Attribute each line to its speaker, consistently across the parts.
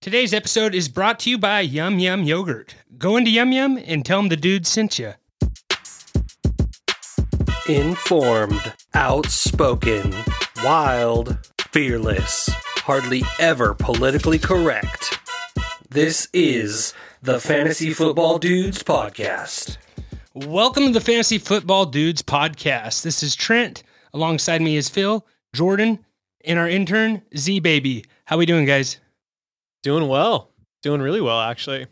Speaker 1: Today's episode is brought to you by Yum Yum Yogurt. Go into Yum Yum and tell them the dude sent you.
Speaker 2: Informed, outspoken, wild, fearless, hardly ever politically correct. This is the Fantasy Football Dudes Podcast.
Speaker 1: Welcome to the Fantasy Football Dudes podcast. This is Trent. Alongside me is Phil, Jordan, and our intern Z Baby. How we doing, guys?
Speaker 3: Doing well. Doing really well, actually.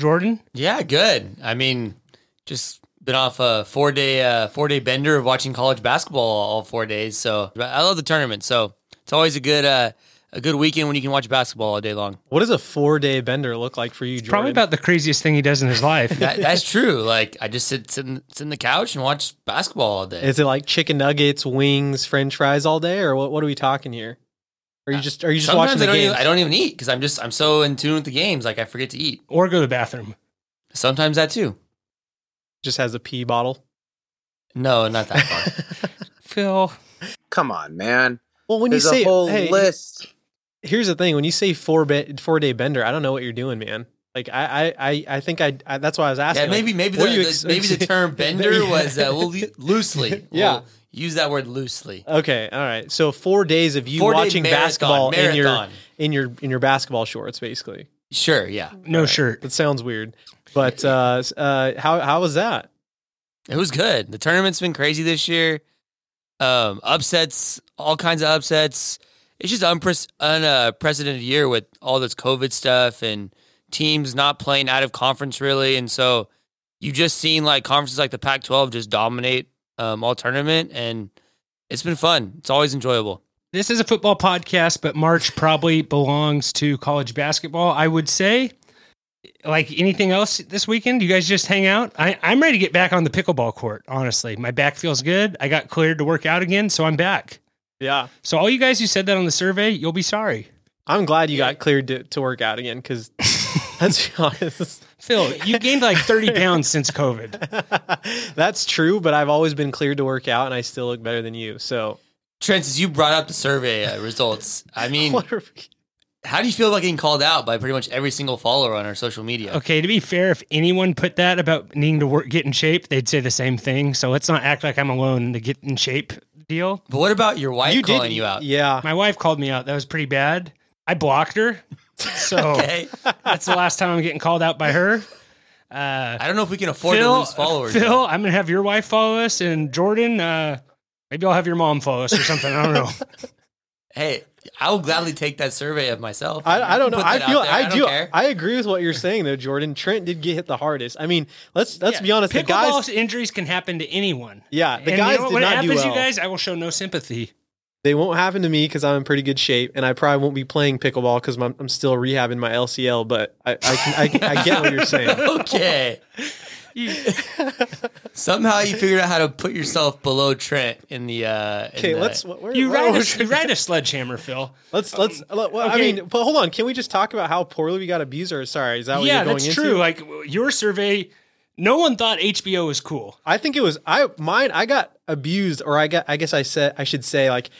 Speaker 1: Jordan,
Speaker 4: Yeah, good. I mean, just been off a four day uh, four day bender of watching college basketball all four days. So but I love the tournament. So it's always a good uh, a good weekend when you can watch basketball all day long.
Speaker 3: What does a four day bender look like for you, Jordan?
Speaker 1: probably about the craziest thing he does in his life.
Speaker 4: That, that's true. Like I just sit sit, in, sit in the couch and watch basketball all day.
Speaker 3: Is it like chicken nuggets, wings, French fries all day, or what? What are we talking here? Are you just are you just
Speaker 4: Uh, Sometimes I
Speaker 3: watching the
Speaker 4: don't
Speaker 3: game?
Speaker 4: even I don't even eat because I'm just I'm so in tune with the games. Like I forget to eat.
Speaker 1: or go to the bathroom.
Speaker 4: Sometimes that too.
Speaker 3: just has a pee bottle.
Speaker 4: No, not that far.
Speaker 1: Phil,
Speaker 5: Come on, man.
Speaker 3: Well, when
Speaker 5: There's
Speaker 3: you say
Speaker 5: a whole
Speaker 3: hey,
Speaker 5: list.
Speaker 3: here's the thing: when you say four be- four day bender, I don't know what you're doing, man. Like I I I, I think I, I that's why I was asking.
Speaker 4: yeah, maybe maybe the,
Speaker 3: what are you
Speaker 4: the-
Speaker 3: ex-
Speaker 4: maybe the term bender was uh, well, loosely.
Speaker 3: Yeah. Uh,
Speaker 4: We'll use that word loosely.
Speaker 3: like, okay, all right. So four days of you
Speaker 4: Four-day
Speaker 3: watching
Speaker 4: marathon,
Speaker 3: basketball
Speaker 4: marathon.
Speaker 3: in your in your in your basketball shorts, basically.
Speaker 4: Sure, yeah.
Speaker 1: no shirt.
Speaker 3: That sounds weird, but uh, s- uh, how how was that?
Speaker 4: It was good. The tournament's been crazy this year. Um, upsets, all kinds of upsets. It's just unpre- unprecedented year with all this COVID stuff and teams not playing out of conference really. And so you just seen like conferences like the Pac-12 just dominate um, all tournament, and it's been fun. It's always enjoyable.
Speaker 1: This is a football podcast, but March probably belongs to college basketball, I would say. Like anything else this weekend, you guys just hang out. I, I'm ready to get back on the pickleball court, honestly. My back feels good. I got cleared to work out again, so I'm back.
Speaker 3: Yeah,
Speaker 1: So, all you guys who said that on the survey, you'll be sorry.
Speaker 3: I'm glad you got cleared to, to work out again because let's be honest,
Speaker 1: Phil, you gained like 30 pounds since COVID.
Speaker 3: that's true. But I've always been cleared to work out, and I still look better than you. So
Speaker 4: Trent, since you brought up the survey uh, results, I mean,
Speaker 3: what are we-
Speaker 4: how do you feel about getting called out by pretty much every single follower on our social media?
Speaker 1: Okay, to be fair, if anyone put that about needing to work, get in shape, they'd say the same thing. So, let's not act like I'm alone in the get in shape deal.
Speaker 4: But what about your wife
Speaker 3: did- e
Speaker 4: calling you out?
Speaker 3: Yeah,
Speaker 1: My wife called me out. That was pretty bad. I blocked her. So
Speaker 4: Okay.
Speaker 1: that's the last time I'm getting called out by her. Uh,
Speaker 4: I don't know if we can afford to
Speaker 1: Phil,
Speaker 4: lose followers.
Speaker 1: Phil,
Speaker 4: though.
Speaker 1: I'm going to have your wife follow us and Jordan, uh, maybe I'll have your mom follow us or something. I don't know.
Speaker 4: hey, I will gladly take that survey of myself.
Speaker 3: I, I don't know.
Speaker 4: Put
Speaker 3: I
Speaker 4: that out
Speaker 3: feel
Speaker 4: there.
Speaker 3: I,
Speaker 4: don't
Speaker 3: do.
Speaker 4: care.
Speaker 3: I agree with what you're saying though, Jordan. Trent did get hit the hardest. I mean, let's let's be honest. The
Speaker 1: Pickleball
Speaker 3: guys,
Speaker 1: injuries can happen to anyone.
Speaker 3: yeah, the
Speaker 1: and
Speaker 3: guys
Speaker 1: you know,
Speaker 3: did
Speaker 1: when it
Speaker 3: not do
Speaker 1: happens,
Speaker 3: well.
Speaker 1: you guys, I will show no sympathy.
Speaker 3: They won't happen to me because I'm in pretty good shape, and I probably won't be playing pickleball because I'm, I'm still rehabbing my LCL. But I I, can, I, I get what you're saying.
Speaker 4: okay. Somehow you figured out how to put yourself below Trent in the. Uh, in
Speaker 3: Okay,
Speaker 4: the-
Speaker 3: let's. Where,
Speaker 1: You
Speaker 3: where-
Speaker 1: ride,
Speaker 3: where-
Speaker 1: a, you ride a sledgehammer, Phil.
Speaker 3: let's let's. let- well,
Speaker 1: okay.
Speaker 3: I mean, but hold on. Can we just talk about how poorly we got abused? Or sorry, is that what
Speaker 1: yeah,
Speaker 3: you're going
Speaker 1: that's
Speaker 3: into?
Speaker 1: true. Like your survey, no one thought HBO was cool.
Speaker 3: I think it was I mine. I got abused, or I got. I guess I said I should say like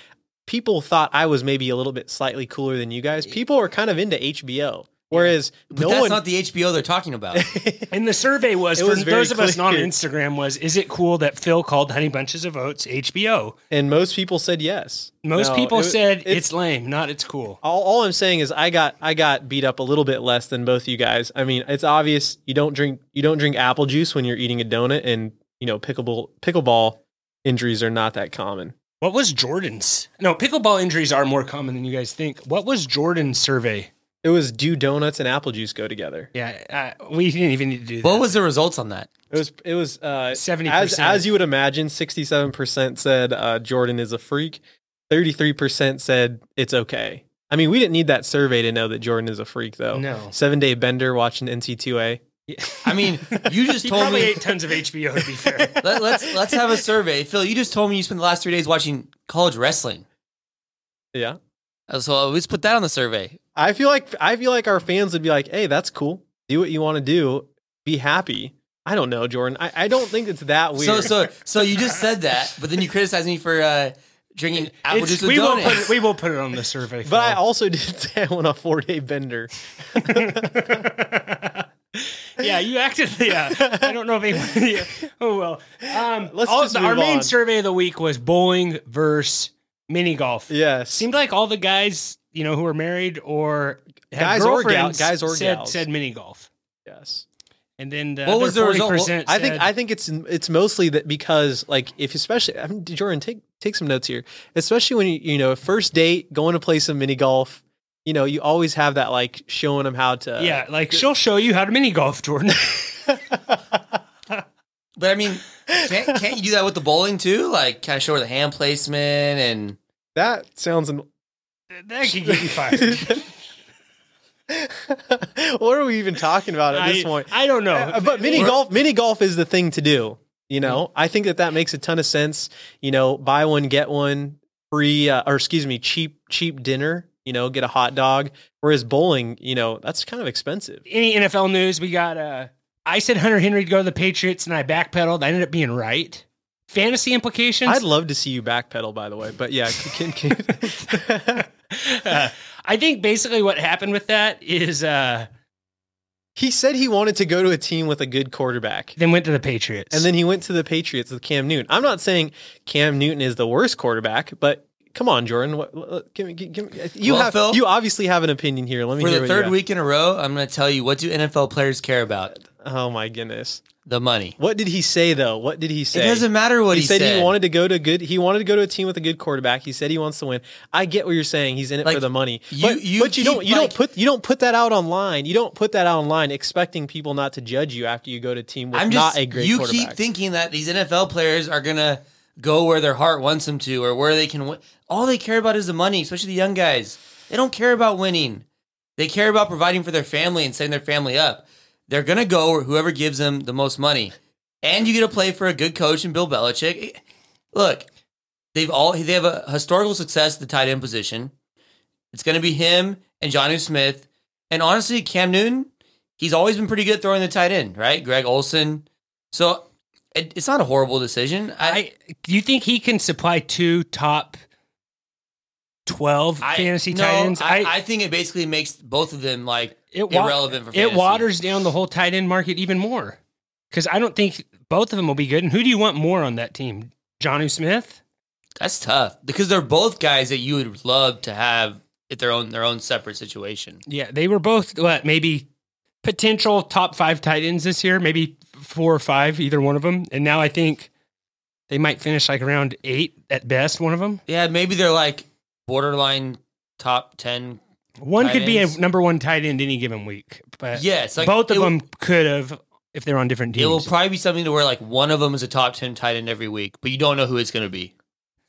Speaker 3: people thought I was maybe a little bit slightly cooler than you guys. People are kind of into HBO, whereas
Speaker 4: But
Speaker 3: no
Speaker 4: that's
Speaker 3: one.
Speaker 4: not the HBO they're talking about.
Speaker 1: And the survey was,
Speaker 3: It
Speaker 1: for
Speaker 3: was very
Speaker 1: those of us not on
Speaker 3: clear.
Speaker 1: Instagram was, is it cool that Phil called Honey Bunches of Oats HBO?
Speaker 3: and most people said yes.
Speaker 1: Most
Speaker 3: No,
Speaker 1: people
Speaker 3: it-
Speaker 1: said it's, lame, not it's cool.
Speaker 3: all, all I'm saying is I got I got beat up a little bit less than both you guys. I mean, it's obvious you don't drink you don't drink apple juice when you're eating a donut, and you know pickleball pickleball injuries are not that common.
Speaker 1: What was Jordan's? No, pickleball injuries are more common than you guys think. What was Jordan's survey?
Speaker 3: It was do donuts and apple juice go together.
Speaker 1: Yeah, uh, we didn't even need to do that.
Speaker 4: what was the results on that?
Speaker 3: It was it was uh,
Speaker 1: 70%?
Speaker 3: as as you would imagine. Sixty seven percent said uh, Jordan is a freak. Thirty three percent said it's okay. I mean, we didn't need that survey to know that Jordan is a freak, though.
Speaker 1: No.
Speaker 3: Seven day bender watching NC2A.
Speaker 4: I mean, you just
Speaker 1: He
Speaker 4: told
Speaker 1: probably
Speaker 4: me.
Speaker 1: ate tons of HBO. To be fair,
Speaker 4: Let, let's let's have a survey, Phil. You just told me you spent the last three days watching college wrestling.
Speaker 3: Yeah.
Speaker 4: Uh, So let's put that on the survey.
Speaker 3: I feel like I feel like our fans would be like, "Hey, that's cool. Do what you want to do. Be happy." I don't know, Jordan. I, I don't think it's that weird.
Speaker 4: So so so you just said that, but then you criticized me for uh, drinking apple
Speaker 1: It's-
Speaker 4: juice with
Speaker 1: we will
Speaker 4: donuts.
Speaker 1: put it, we will put it on the survey.
Speaker 3: But I
Speaker 1: Phil.
Speaker 3: also did say I went on a four day bender.
Speaker 1: yeah, you acted. Yeah, I don't know if anyone. Yeah. Oh well. Um,
Speaker 3: Let's
Speaker 1: all-
Speaker 3: just
Speaker 1: our
Speaker 3: move
Speaker 1: main
Speaker 3: on.
Speaker 1: survey of the week was bowling versus mini golf.
Speaker 3: Yes.
Speaker 1: Seemed like all the guys you know who are married or have
Speaker 3: Guys or gal-
Speaker 1: girlfriends
Speaker 3: guys or
Speaker 1: said,
Speaker 3: gals.
Speaker 1: said mini golf,
Speaker 3: yes.
Speaker 1: and then the
Speaker 4: What was the result?
Speaker 1: forty percent?
Speaker 3: I think I think it's it's mostly that because like if especially I mean, Jordan take take some notes here especially when you you know first date going to play some mini golf you know you always have that like showing them how to
Speaker 1: yeah, like she'll show you how to mini golf, Jordan.
Speaker 4: But I mean, can't, can't you do that with the bowling too? Like, kind of show her the hand placement and
Speaker 3: that sounds an-
Speaker 1: that could get you fired.
Speaker 3: what are we even talking about at
Speaker 1: I,
Speaker 3: this point
Speaker 1: I don't know.
Speaker 3: Uh, but mini golf mini golf is the thing to do you know i think that that makes a ton of sense you know buy one get one free uh, or excuse me cheap cheap dinner you know get a hot dog whereas bowling you know that's kind of expensive
Speaker 1: any NFL news? We got. Uh, I said Hunter Henry'd go to the Patriots, and I backpedaled. I ended up being right. Fantasy implications.
Speaker 3: i'd love to see you backpedal by the way but yeah can, can,
Speaker 1: Uh, I think basically what happened with that is uh,
Speaker 3: he said he wanted to go to a team with a good quarterback
Speaker 1: then went to the Patriots,
Speaker 3: and then he went to the patriots with cam newton i'm not saying cam newton is the worst quarterback but Come on, Jordan. What, what- give me, give, give me, you
Speaker 4: Well,
Speaker 3: have
Speaker 4: Phil,
Speaker 3: you obviously have an opinion here. Let me
Speaker 4: for
Speaker 3: hear
Speaker 4: the
Speaker 3: what you
Speaker 4: third
Speaker 3: have.
Speaker 4: week in a row, I'm going to tell you what do NFL players care about?
Speaker 3: Oh my goodness.
Speaker 4: The money.
Speaker 3: What did he say though? What did he say?
Speaker 4: It doesn't matter what
Speaker 3: He,
Speaker 4: he,
Speaker 3: said, he wanted to go to good. He wanted to go to a team with a good quarterback. He said he wants to win. I get what you're saying. He's in it
Speaker 4: Like,
Speaker 3: for the money.
Speaker 4: you-
Speaker 3: but
Speaker 4: you
Speaker 3: but you don't.
Speaker 4: keep,
Speaker 3: You don't
Speaker 4: like-
Speaker 3: put. You don't put that out online. You don't put that out online, expecting people not to judge you after you go to a team with
Speaker 4: I'm just.
Speaker 3: not a great
Speaker 4: you
Speaker 3: quarterback.
Speaker 4: keep thinking that these NFL players are going to go where their heart wants them to, or where they can win. All they care about is the money, especially the young guys. They don't care about winning. They care about providing for their family and setting their family up. They're going to go where whoever gives them the most money. And you get to play for a good coach in Bill Belichick. Look, they've all they have a historical success at the tight end position. It's going to be him and Johnny Smith. And honestly, Cam Newton, he's always been pretty good throwing the tight end, right? Greg Olson. So it, it's not a horrible decision. I,
Speaker 1: I do you think he can supply two top twelve
Speaker 4: I
Speaker 1: fantasy
Speaker 4: no,
Speaker 1: tight ends?
Speaker 4: I, I think it basically makes both of them like
Speaker 1: it wa-
Speaker 4: irrelevant for
Speaker 1: it
Speaker 4: fantasy.
Speaker 1: waters down the whole tight end market even more because I don't think both of them will be good. And who do you want more on that team? Johnny Smith.
Speaker 4: That's tough because they're both guys that you would love to have at their own their own separate situation.
Speaker 1: Yeah, they were both what maybe potential top five tight ends this year, maybe four or five, either one of them. And now I think they might finish like around eight at best, one of them.
Speaker 4: Yeah, maybe they're like borderline top ten.
Speaker 1: One
Speaker 4: Tight
Speaker 1: could
Speaker 4: ends.
Speaker 1: be a number one tight end any given week, but
Speaker 4: Yes, like
Speaker 1: both of
Speaker 4: it will-
Speaker 1: them could have if they're on different
Speaker 4: It will
Speaker 1: teams.
Speaker 4: probably be something to where like one of them is a top ten tight end every week, but you don't know who it's going to be.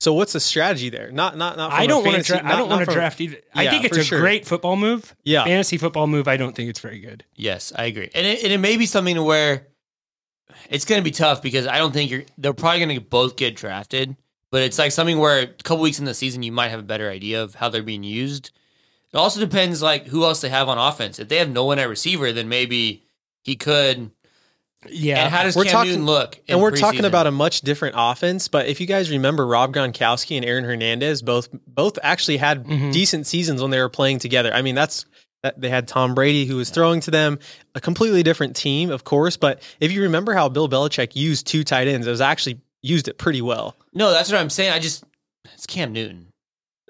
Speaker 3: so what's the strategy there? Not not not. From
Speaker 1: I
Speaker 3: a
Speaker 1: don't want to.
Speaker 3: fantasy-
Speaker 1: Dra- I
Speaker 3: not-
Speaker 1: don't
Speaker 3: not
Speaker 1: want to
Speaker 3: from-
Speaker 1: draft either. I
Speaker 3: Yeah,
Speaker 1: think it's
Speaker 3: for
Speaker 1: a
Speaker 3: sure.
Speaker 1: great football move.
Speaker 3: Yeah.
Speaker 1: fantasy football move. I don't think it's very good.
Speaker 4: Yes, I agree, and it, and it may be something to where it's going to be tough because I don't think you're. They're probably going to both get drafted, but it's like something where a couple weeks in the season you might have a better idea of how they're being used. It also depends like who else they have on offense. If they have no one at receiver, then maybe he could.
Speaker 1: Yeah,
Speaker 4: And how does
Speaker 3: We're
Speaker 4: Cam
Speaker 3: talking-
Speaker 4: Newton look? in
Speaker 3: And we're talking
Speaker 4: preseason?
Speaker 3: about a much different offense, but if you guys remember, Rob Gronkowski and Aaron Hernandez both both actually had
Speaker 4: Mm-hmm.
Speaker 1: Mhm.
Speaker 3: decent seasons when they were playing together. I mean, that's that they had Tom Brady who was throwing to them, a completely different team, of course. But if you remember how Bill Belichick used two tight ends, it was actually used it pretty well.
Speaker 4: no. That's what I'm saying. I just it's Cam Newton.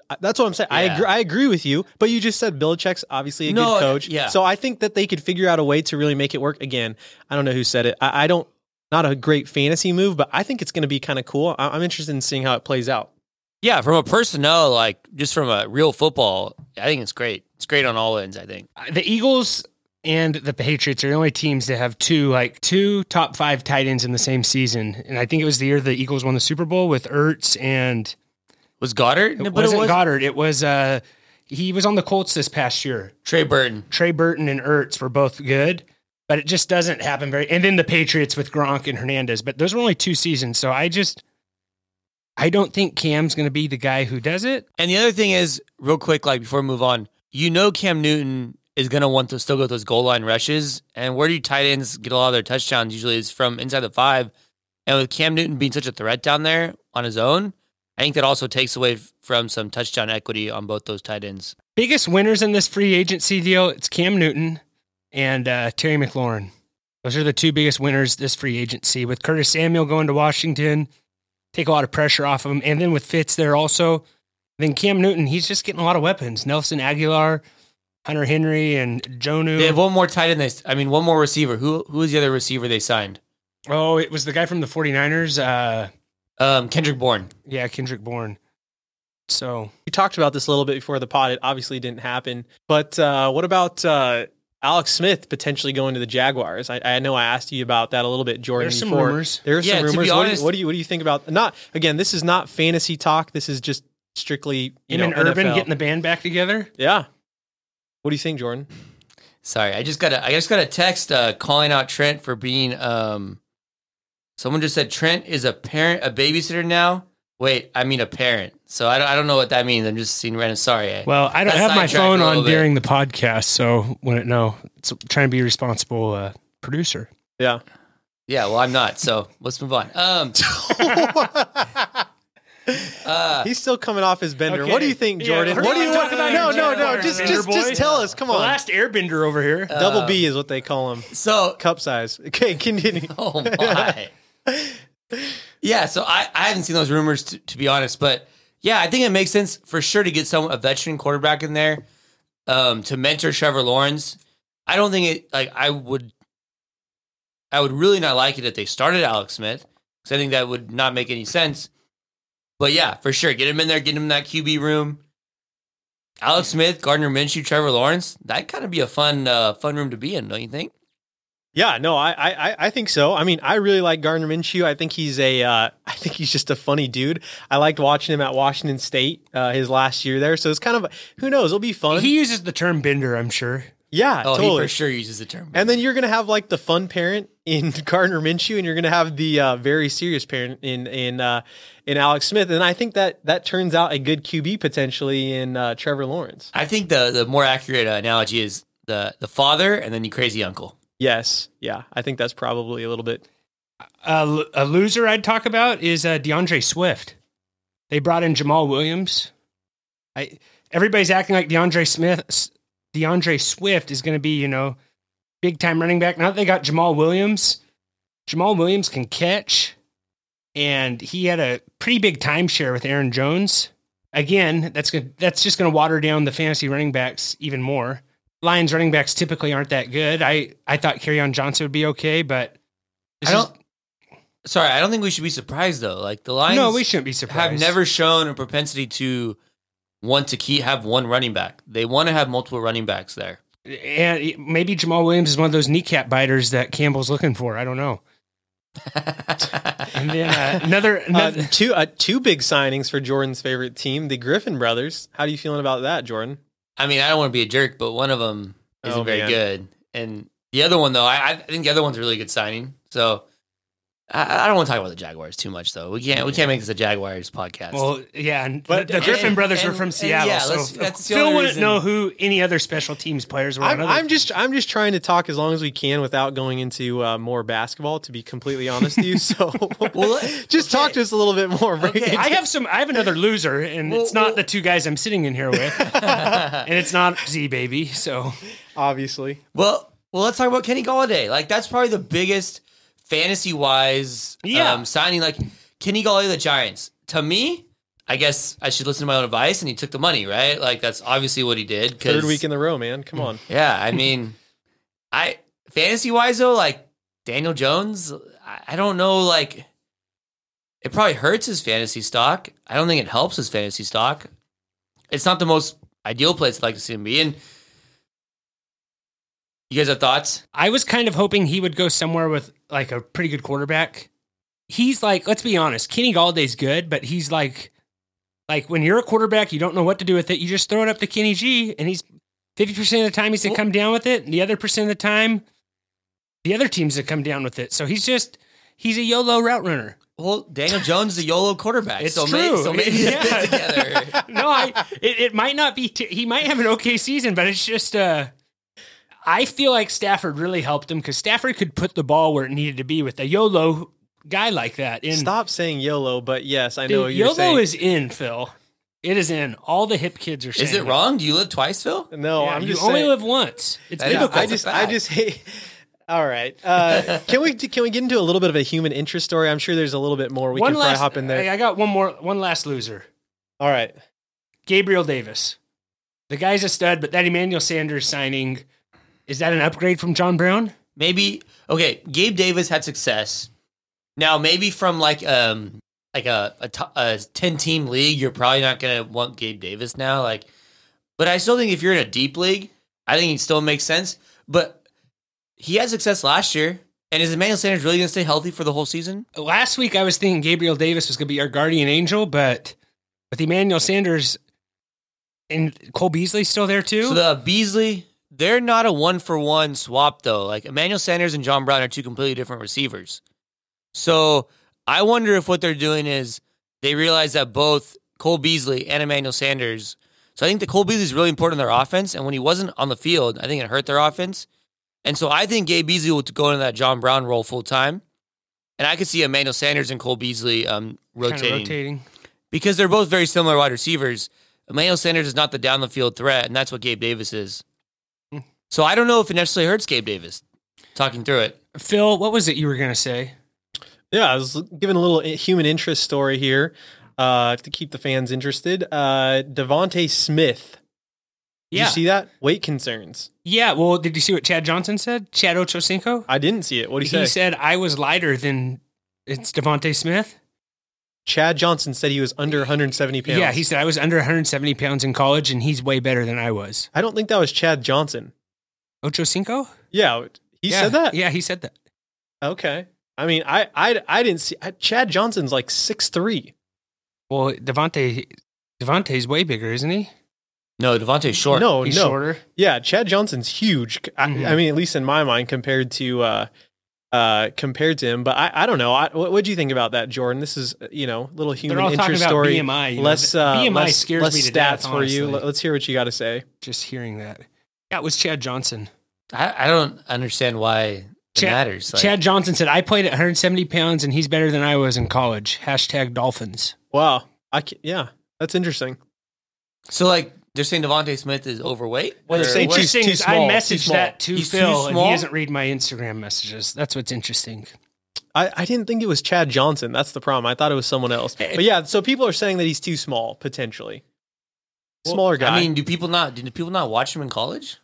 Speaker 3: I- That's what I'm saying. I
Speaker 4: Yeah.
Speaker 3: agree. I agree with you, but you just said Belichick's obviously a
Speaker 4: No,
Speaker 3: good coach.
Speaker 4: yeah.
Speaker 3: So I think that they could figure out a way to really make it work. Again, I don't know who said it. I, I don't. Not a great fantasy move, but I think it's going to be kind of cool. I- I'm interested in seeing how it plays out.
Speaker 4: Yeah, from a personnel like just from a real football, I think it's great. It's great on all ends. I think.
Speaker 1: Uh, the Eagles and the Patriots are the only teams that have two like two top five tight ends in the same season. And I think it was the year the Eagles won the Super Bowl with Ertz and
Speaker 4: Was Goddard?
Speaker 1: it
Speaker 4: but
Speaker 1: wasn't
Speaker 4: it was
Speaker 1: Goddard. It was uh he was on the Colts this past year.
Speaker 4: Trey Burton.
Speaker 1: Trey Burton and Ertz were both good, but it just doesn't happen very. And then the Patriots with Gronk and Hernandez, but those were only two seasons. So I just I don't think Cam's going to be the guy who does it.
Speaker 4: And the other thing is, real quick, like before we move on, you know Cam Newton is going to want to still go with those goal line rushes. And where do tight ends get a lot of their touchdowns? Usually is from inside the five. And with Cam Newton being such a threat down there on his own, I think that also takes away f- from some touchdown equity on both those tight ends.
Speaker 1: Biggest winners in this free agency deal, it's Cam Newton and uh, Terry McLaurin. Those are the two biggest winners this free agency. With Curtis Samuel going to Washington, take a lot of pressure off of him. And then with Fitz there also, then Cam Newton, he's just getting a lot of weapons. Nelson Aguilar, Hunter Henry, and Jonu.
Speaker 4: They have one more tight end. They, s- I mean, one more receiver. Who who is the other receiver they signed?
Speaker 1: oh, it was the guy from the 49ers. Uh,
Speaker 4: Um, Kendrick Bourne.
Speaker 1: yeah, Kendrick Bourne. So
Speaker 3: We talked about this a little bit before the pod. It obviously didn't happen. But uh, what about uh, Alex Smith potentially going to the Jaguars? I, I know I asked you about that a little bit, Jordan.
Speaker 1: there's some
Speaker 3: before.
Speaker 1: rumors.
Speaker 3: There are
Speaker 4: Yeah,
Speaker 3: some
Speaker 4: to be
Speaker 3: rumors. What do,
Speaker 4: honest-
Speaker 3: you, what do you what do you think about? Not again. This is not fantasy talk. This is just strictly you
Speaker 1: Him
Speaker 3: know
Speaker 1: and Urban
Speaker 3: NFL.
Speaker 1: getting the band back together.
Speaker 3: yeah. What do you think, Jordan?
Speaker 4: Sorry, I just got a I just got a text uh, calling out Trent for being um someone just said Trent is a parent a babysitter now. Wait, I mean a parent. So I don't, I don't know what that means. I'm just seeing random sorry. I-
Speaker 1: Well, I don't
Speaker 4: That
Speaker 1: have my
Speaker 4: sidetracked
Speaker 1: phone
Speaker 4: a little
Speaker 1: on
Speaker 4: bit.
Speaker 1: during the podcast, so wouldn't know. It's trying to be a responsible uh, producer.
Speaker 3: Yeah.
Speaker 4: yeah, well I'm not. So let's move on. Um uh,
Speaker 3: He's still coming off his bender. What do you think,
Speaker 1: Okay. Yeah,
Speaker 3: Jordan?
Speaker 1: we're
Speaker 3: what do you
Speaker 1: not
Speaker 3: want?
Speaker 1: talking about
Speaker 3: No,
Speaker 1: your
Speaker 3: no, no.
Speaker 1: Jaguars,
Speaker 3: Just,
Speaker 1: Bender
Speaker 3: just, just
Speaker 1: boy.
Speaker 3: tell us. Come
Speaker 1: The
Speaker 3: on. Uh,
Speaker 1: last Airbender over here.
Speaker 3: Double B is what they call him.
Speaker 4: so
Speaker 3: Cup size. Okay, continue.
Speaker 4: Oh my. yeah, so I, I haven't seen those rumors to, to be honest, but yeah, I think it makes sense for sure to get some a veteran quarterback in there um, to mentor Trevor Lawrence. I don't think it like I would I would really not like it if they started Alex Smith because I think that would not make any sense. But yeah, for sure, get him in there, get him in that QB room. Alex Smith, Gardner Minshew, Trevor Lawrence, that'd kind of be a fun uh, fun room to be in, don't you think?
Speaker 3: Yeah, no, I, I, I- I think so. I mean, I really like Gardner Minshew. I think he's a, uh, I think he's just a funny dude. I liked watching him at Washington State uh, his last year there. So it's kind of, who knows? It'll be fun.
Speaker 1: he uses the term bender, I'm sure.
Speaker 3: yeah,
Speaker 4: Oh, he
Speaker 3: totally.
Speaker 4: for sure uses the term.
Speaker 3: And then you're gonna have like the fun parent in Gardner Minshew, and you're gonna have the uh, very serious parent in in uh, in Alex Smith. And I think that that turns out a good QB potentially in uh, Trevor Lawrence.
Speaker 4: I think the the more accurate uh, analogy is the the father and then the crazy uncle.
Speaker 3: Yes, yeah, I think that's probably a little bit.
Speaker 1: A, a loser I'd talk about is uh, DeAndre Swift. They brought in Jamal Williams. I everybody's acting like DeAndre Smith, DeAndre Swift is going to be you know big time running back. Now that they got Jamal Williams, Jamal Williams can catch, and he had a pretty big timeshare with Aaron Jones. Again, that's gonna, that's just going to water down the fantasy running backs even more. Lions running backs typically aren't that good. I I thought Carryon Johnson would be okay, but this
Speaker 4: I
Speaker 1: is-
Speaker 4: don't. sorry, I don't think we should be surprised though. Like the Lions,
Speaker 1: no, we shouldn't be surprised.
Speaker 4: have never shown a propensity to want to keep have one running back. They want to have multiple running backs there.
Speaker 1: And maybe Jamal Williams is one of those kneecap biters that Campbell's looking for. I don't know. And then uh, another,
Speaker 3: Uh,
Speaker 1: another
Speaker 3: two uh, two big signings for Jordan's favorite team, the Griffin brothers. How are you feeling about that, Jordan?
Speaker 4: I mean, I don't want to be a jerk, but one of them isn't
Speaker 3: Oh,
Speaker 4: very
Speaker 3: man.
Speaker 4: good, and the other one though, I, I think the other one's a really good signing. So. I, I don't want to talk about the Jaguars too much, though. We can't. We can't make this a Jaguars podcast.
Speaker 1: well, yeah, and
Speaker 3: But-
Speaker 1: the, the Griffin
Speaker 4: and-
Speaker 1: brothers
Speaker 4: and-
Speaker 1: were from
Speaker 4: and
Speaker 1: Seattle,
Speaker 4: yeah, let's-
Speaker 1: so
Speaker 4: that's the
Speaker 1: Phil
Speaker 4: only
Speaker 1: wouldn't
Speaker 4: reason-
Speaker 1: know who any other special teams players were. on
Speaker 3: I'm,
Speaker 1: other-
Speaker 3: I'm just I'm just trying to talk as long as we can without going into uh, more basketball. To be completely honest with you, so
Speaker 4: Well,
Speaker 3: just talk to us a little bit more. Break
Speaker 4: Okay,
Speaker 3: it
Speaker 1: I have some. I have another loser, and
Speaker 4: Well,
Speaker 1: it's not
Speaker 4: well-
Speaker 1: the two guys I'm sitting in here with, and it's not Z baby. So
Speaker 3: obviously.
Speaker 4: Well, well, let's talk about Kenny Galladay. Like that's probably the biggest fantasy wise
Speaker 1: Yeah.
Speaker 4: um, signing. Like Kenny Galladay, the Giants. To me, I guess I should listen to my own advice, and he took the money, right? Like that's obviously what he did. 'cause-
Speaker 3: Third week in the row, man. Come on.
Speaker 4: yeah, I mean, I fantasy wise though, like Daniel Jones, I, I don't know, like. It probably hurts his fantasy stock. I don't think it helps his fantasy stock. It's not the most ideal place I'd like to see him be. And you guys have thoughts?
Speaker 1: I was kind of hoping he would go somewhere with like a pretty good quarterback. He's like, let's be honest, Kenny Galladay's good, but he's like, like when you're a quarterback, you don't know what to do with it. You just throw it up to Kenny G, and he's fifty percent of the time he's to
Speaker 4: Well-
Speaker 1: come down with it, and the other percent of the time, the other teams to come down with it. So he's just he's a YOLO route runner.
Speaker 4: Well, Daniel Jones is a YOLO quarterback.
Speaker 1: It's
Speaker 4: so Maybe,
Speaker 1: true.
Speaker 4: so maybe
Speaker 1: Yeah.
Speaker 4: they fit together.
Speaker 1: no, I it, it might not be. T- he might have an okay season, but it's just. uh I feel like Stafford really helped him because Stafford could put the ball where it needed to be with the YOLO guy like that. In
Speaker 3: Stop saying YOLO, but yes, I know what
Speaker 1: Dude,
Speaker 3: you're
Speaker 1: YOLO
Speaker 3: saying.
Speaker 1: is in, Phil. It is in. All the hip kids are saying
Speaker 4: Is it wrong? Do you live twice, Phil?
Speaker 3: no,
Speaker 1: Yeah,
Speaker 3: I'm
Speaker 1: you
Speaker 3: just
Speaker 1: only
Speaker 3: saying,
Speaker 1: live once. It's
Speaker 4: Yeah,
Speaker 1: biblical.
Speaker 3: I
Speaker 4: That's a
Speaker 3: just I
Speaker 4: fact.
Speaker 3: just hate. All right, uh, can we can we get into a little bit of a human interest story? I'm sure there's a little bit more we
Speaker 1: one
Speaker 3: can
Speaker 1: last.
Speaker 3: probably hop in there.
Speaker 1: I I got one more. One last loser.
Speaker 3: All right,
Speaker 1: Gabriel Davis. The guy's a stud, but that Emmanuel Sanders signing is that an upgrade from John Brown?
Speaker 4: Maybe okay. Gabe Davis had success. Now maybe from like um like a a, to- a ten team league, you're probably not gonna want Gabe Davis now. Like, but I still think if you're in a deep league, I think it still makes sense. But he had success last year, and is Emmanuel Sanders really gonna stay healthy for the whole season?
Speaker 1: Last week I was thinking Gabriel Davis was going to be our guardian angel, but with Emmanuel Sanders and Cole Beasley still there too.
Speaker 4: So the Beasley, they're not a one for one swap though. Like Emmanuel Sanders and John Brown are two completely different receivers. So I wonder if what they're doing is they realize that both Cole Beasley and Emmanuel Sanders. So I think that Cole Beasley is really important in their offense, and when he wasn't on the field, I think it hurt their offense. And so I think Gabe Beasley will go into that John Brown role full time, and I could see Emmanuel Sanders and Cole Beasley um,
Speaker 1: Kinda
Speaker 4: rotating
Speaker 1: rotating.
Speaker 4: because they're both very similar wide receivers. Emmanuel Sanders is not the down the field threat, and that's what Gabe Davis is.
Speaker 1: Hmm.
Speaker 4: So I don't know if it necessarily hurts Gabe Davis. Talking through it,
Speaker 1: Phil, what was it you were going to say?
Speaker 3: yeah, I was giving a little human interest story here uh, to keep the fans interested. Uh, Devonte Smith, did
Speaker 1: Yeah.
Speaker 3: you see that weight concerns?
Speaker 1: Yeah, well, did you see what Chad Johnson said? Chad Ochocinco?
Speaker 3: I didn't see it. What do you
Speaker 1: he
Speaker 3: say?
Speaker 1: said I was lighter than it's Devonte Smith.
Speaker 3: Chad Johnson said he was under 170 pounds.
Speaker 1: Yeah, he said I was under 170 pounds in college, and he's way better than I was.
Speaker 3: I don't think that was Chad Johnson.
Speaker 1: Ocho Cinco?
Speaker 3: Yeah, he
Speaker 1: yeah.
Speaker 3: said that.
Speaker 1: Yeah, he said that.
Speaker 3: Okay. I mean, I I, I didn't see I, Chad Johnson's like six three.
Speaker 1: Well, Devonte Devonte's way bigger, isn't he?
Speaker 4: no, Devontae's short.
Speaker 3: No,
Speaker 1: he's
Speaker 3: Oh, no.
Speaker 1: shorter.
Speaker 3: Yeah, Chad Johnson's huge. I,
Speaker 1: Mhm.
Speaker 3: I mean, at least in my mind, compared to uh, uh, compared to him. But I, I don't know. I, what would you think about that, Jordan? This is you know little human
Speaker 1: They're all talking
Speaker 3: interest
Speaker 1: about
Speaker 3: story.
Speaker 1: BMI. you know,
Speaker 3: less
Speaker 1: the-
Speaker 3: uh,
Speaker 1: BMI
Speaker 3: less,
Speaker 1: scares
Speaker 3: less
Speaker 1: me to
Speaker 3: stats
Speaker 1: death,
Speaker 3: for you.
Speaker 1: honestly.
Speaker 3: Let's hear what you got to say.
Speaker 1: Just hearing that. That was Chad Johnson.
Speaker 4: I, I don't understand why it
Speaker 1: Chad-
Speaker 4: matters. Like,
Speaker 1: Chad Johnson said, "I played at 170 pounds, and he's better than I was in college." Hashtag Dolphins.
Speaker 3: Wow. I ca- yeah, that's interesting.
Speaker 4: so like they're saying Devontae Smith is overweight.
Speaker 1: Well,
Speaker 4: Or
Speaker 1: the
Speaker 3: they're saying
Speaker 4: what?
Speaker 3: she's
Speaker 1: interesting
Speaker 3: too
Speaker 1: is
Speaker 3: small,
Speaker 1: I
Speaker 3: too
Speaker 1: messaged
Speaker 3: small.
Speaker 1: that to
Speaker 4: He's too
Speaker 1: Phil, and he
Speaker 4: small?
Speaker 1: doesn't read my Instagram messages. That's what's interesting.
Speaker 3: I, I didn't think it was Chad Johnson. That's the problem. I thought it was someone else.
Speaker 4: Eh,
Speaker 3: But yeah, so people are saying that he's too small potentially. Smaller guy.
Speaker 4: I mean, do people not? Did people not watch him in college?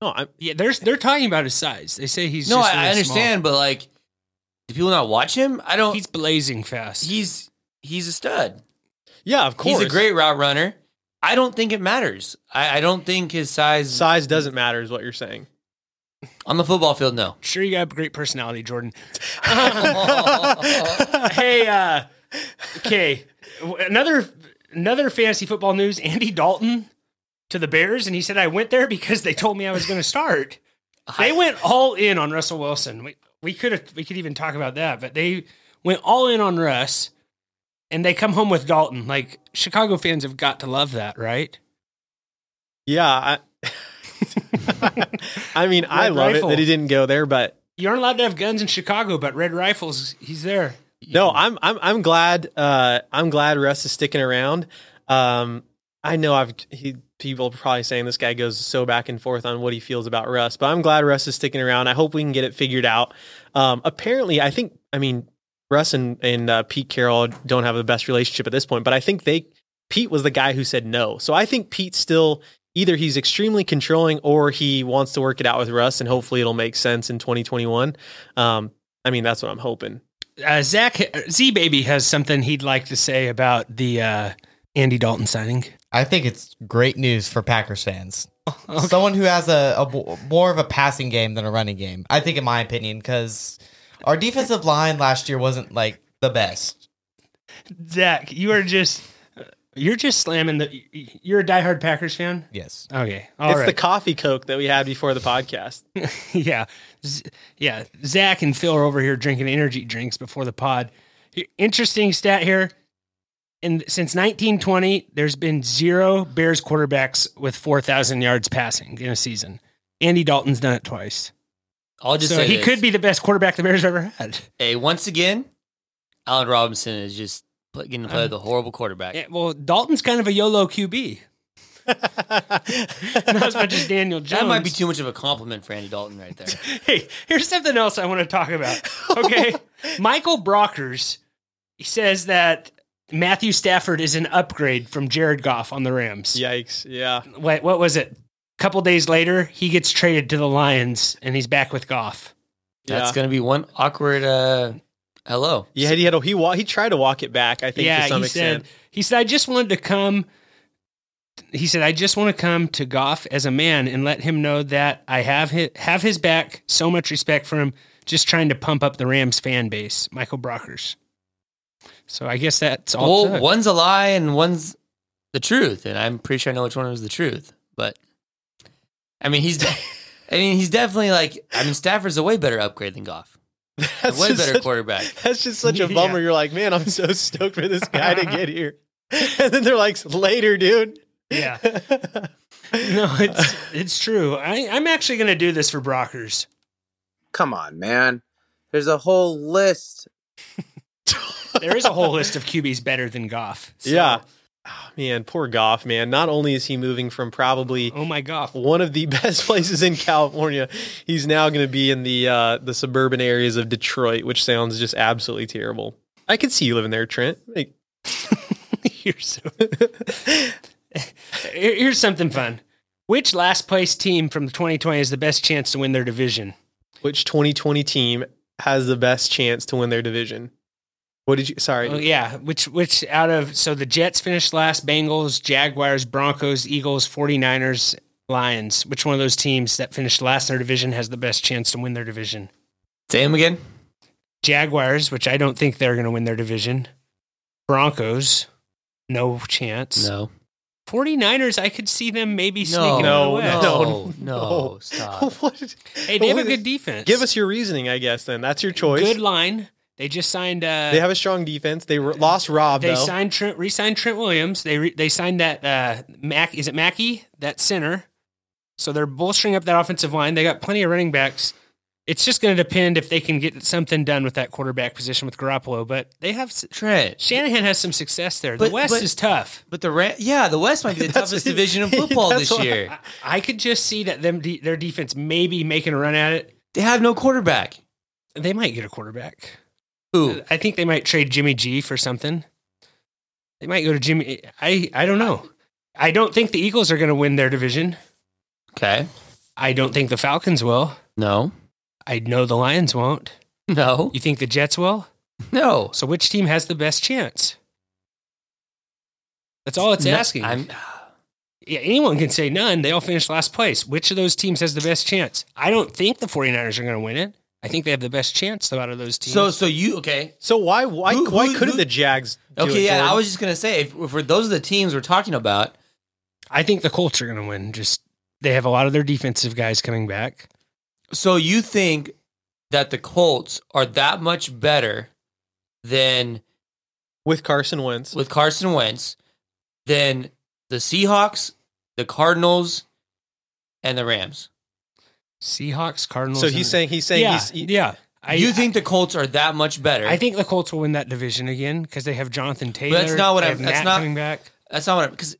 Speaker 3: no, I'm,
Speaker 1: Yeah, they're they're talking about his size. They say he's
Speaker 4: no,
Speaker 1: Just
Speaker 4: I, I
Speaker 1: really
Speaker 4: understand, but like, do people not watch him? I
Speaker 1: small.
Speaker 4: don't.
Speaker 1: He's
Speaker 4: He's
Speaker 1: blazing fast.
Speaker 4: he's, he's a stud.
Speaker 3: yeah, of course.
Speaker 4: He's a great route runner. I don't think it matters. I, I don't think his size
Speaker 3: size doesn't matter is what you're saying.
Speaker 4: on the football field. No.
Speaker 1: sure, you got a great personality, Jordan.
Speaker 3: hey, uh,
Speaker 1: Okay, another another fantasy football news. Andy Dalton to the Bears, and he said I went there because they told me I was going to start. They went all in on Russell Wilson. We we could have we could even talk about that, but they went all in on Russ, and they come home with Dalton. Like Chicago fans have got to love that, right?
Speaker 3: yeah. I, I mean, I
Speaker 1: Red
Speaker 3: love
Speaker 1: rifle.
Speaker 3: it that he didn't go there, but
Speaker 1: You aren't allowed to have guns in Chicago, but Red Rifles, he's there.
Speaker 3: no, I'm I'm I'm glad uh, I'm glad Russ is sticking around. Um, I know I've he, people are probably saying this guy goes so back and forth on what he feels about Russ, but I'm glad Russ is sticking around. I hope we can get it figured out. Um, apparently, I think I mean Russ and and uh, Pete Carroll don't have the best relationship at this point, but I think they Pete was the guy who said no, so I think Pete still. Either he's extremely controlling, or he wants to work it out with Russ, and hopefully it'll make sense in 2021. Um, I mean, that's what I'm hoping.
Speaker 1: Uh, Zach Z Baby has something he'd like to say about the uh, Andy Dalton signing.
Speaker 6: I think it's great news for Packers fans. Someone who has a, a bo- more of a passing game than a running game, I think, in my opinion, because our defensive line last year wasn't like the best.
Speaker 1: Zach, you are just you're just slamming the. You're a diehard Packers fan.
Speaker 6: Yes,
Speaker 1: Okay, all
Speaker 3: it's the
Speaker 1: right,
Speaker 3: coffee coke that we had before the podcast.
Speaker 1: yeah, Z- yeah. Zach and Phil are over here drinking energy drinks before the pod. Interesting stat here. And since 1920, there's been zero Bears quarterbacks with 4,000 yards passing in a season. Andy Dalton's done it twice.
Speaker 4: I'll just
Speaker 1: so
Speaker 4: say
Speaker 1: he
Speaker 4: this.
Speaker 1: could be the best quarterback the Bears ever had.
Speaker 4: Hey, once again, Allen Robinson is just pl- getting to play
Speaker 1: I'm-
Speaker 4: the horrible quarterback.
Speaker 1: Yeah, Eh, well, Dalton's kind of a YOLO QB. Not as much as Daniel Jones.
Speaker 4: That might be too much of a compliment for Andy Dalton right there.
Speaker 1: Hey, here's something else I want to talk about. Okay. Michael Brockers he says that Matthew Stafford is an upgrade from Jared Goff on the Rams.
Speaker 3: Yikes! Yeah,
Speaker 1: What, what was it? A couple days later, he gets traded to the Lions and he's back with Goff.
Speaker 4: That's
Speaker 3: yeah.
Speaker 4: going to be one awkward uh, hello.
Speaker 3: Yeah, he had a, he wa- he tried to walk it back. I think
Speaker 1: yeah,
Speaker 3: to some
Speaker 1: he
Speaker 3: extent.
Speaker 1: said he said I just wanted to come he said I just want to come to Goff as a man and let him know that I have his, have his back, so much respect for him, just trying to pump up the Rams fan base, Michael Brockers. So I guess that's all. it
Speaker 4: well,
Speaker 1: took.
Speaker 4: one's a lie and one's the truth, and I'm pretty sure I know which one was the truth. But I mean, he's, I mean, he's definitely like, I mean, Stafford's a way better upgrade than Goff, a
Speaker 3: That's
Speaker 4: way
Speaker 3: just
Speaker 4: better
Speaker 3: such-
Speaker 4: quarterback.
Speaker 3: That's just such a
Speaker 1: Yeah.
Speaker 3: bummer. You're like, man, I'm so stoked for this guy to get here, and then they're like, later, dude.
Speaker 1: Yeah. No, it's it's true. I, I'm actually gonna do this for Brockers.
Speaker 5: Come on, man. There's a whole list.
Speaker 1: There is a whole list of QBs better than Goff. So-
Speaker 3: yeah. Oh, man, poor Goff, man. Not only is he moving from probably
Speaker 1: Oh my Goff.
Speaker 3: one of the best places in California, he's now going to be in the uh, the suburban areas of Detroit, which sounds just absolutely terrible. I could see you living there, Trent. Like,
Speaker 1: You're so. Here- Here's something fun. Which last place team from 2020 has the best chance to win their division?
Speaker 3: which 2020 team has the best chance to win their division? What did you? Sorry,
Speaker 1: Oh, yeah, which which out of so the Jets finished last, Bengals, Jaguars, Broncos, Eagles, 49ers, Lions. Which one of those teams that finished last in their division has the best chance to win their division?
Speaker 4: Say him again.
Speaker 1: Jaguars, which I don't think they're going to win their division. Broncos, no chance.
Speaker 4: No,
Speaker 1: 49ers, I could see them maybe
Speaker 4: no,
Speaker 1: sneaking out of the
Speaker 4: no,
Speaker 1: West.
Speaker 4: no,
Speaker 3: no.
Speaker 4: Stop.
Speaker 3: What?
Speaker 1: Oh, Hey, they have a
Speaker 3: What is-
Speaker 1: good defense.
Speaker 3: Give us your reasoning, I guess. Then that's your choice.
Speaker 1: Good line. They just signed. Uh,
Speaker 3: they
Speaker 1: they
Speaker 3: have a strong defense. They re- lost Rob though.
Speaker 1: signed Trent, re-signed Trent Williams. They re- they signed that uh, Mac. Is it Mackey? That center. So they're bolstering up that offensive line. They got plenty of running backs. It's just going to depend if they can get something done with that quarterback position with Garoppolo. But they have s-
Speaker 4: Trent.
Speaker 1: Shanahan has some success there. the
Speaker 4: But-
Speaker 1: West
Speaker 4: but-
Speaker 1: is tough.
Speaker 4: But the Ram- yeah, the West might be the
Speaker 3: That's
Speaker 4: toughest
Speaker 3: what-
Speaker 4: division in football
Speaker 3: That's
Speaker 4: this
Speaker 3: what I-
Speaker 4: year.
Speaker 1: I, I could just see that them de- their defense maybe making a run at it.
Speaker 4: They have no quarterback.
Speaker 1: They might get a quarterback.
Speaker 4: Who?
Speaker 1: I think they might trade Jimmy G for something. They might go to Jimmy. I I don't know. I don't think the Eagles are going to win their division.
Speaker 4: Okay.
Speaker 1: I don't think the Falcons will.
Speaker 4: No.
Speaker 1: I know the Lions won't.
Speaker 4: No.
Speaker 1: You think the Jets will?
Speaker 4: No.
Speaker 1: So which team has the best chance? That's all it's
Speaker 4: No,
Speaker 1: asking.
Speaker 4: I'm,
Speaker 1: yeah, anyone can say none. They all finished last place. Which of those teams has the best chance? I don't think the 49ers are going to win it. I think they have the best chance though out of those teams.
Speaker 4: so so you okay?
Speaker 3: so why why
Speaker 4: Who-
Speaker 3: why
Speaker 4: who-
Speaker 3: couldn't
Speaker 4: who-
Speaker 3: the Jags? do
Speaker 4: Okay,
Speaker 3: it,
Speaker 4: yeah.
Speaker 3: Jordan?
Speaker 4: I was just gonna say if, for those of the teams we're talking about,
Speaker 1: I think the Colts are going to win. Just they have a lot of their defensive guys coming back.
Speaker 4: So you think that the Colts are that much better than
Speaker 3: with Carson Wentz.
Speaker 4: with Carson Wentz than the Seahawks, the Cardinals, and the Rams?
Speaker 1: Seahawks, Cardinals.
Speaker 3: So
Speaker 1: and-
Speaker 3: he's saying he's saying
Speaker 1: yeah,
Speaker 3: he's he-
Speaker 1: yeah. I,
Speaker 4: you think the Colts are that much better?
Speaker 1: I think the Colts will win that division again because they have Jonathan Taylor.
Speaker 4: that's not what
Speaker 1: they
Speaker 4: I'm-
Speaker 1: have
Speaker 4: that's
Speaker 1: Matt
Speaker 4: not-
Speaker 1: coming back.
Speaker 4: that's not what because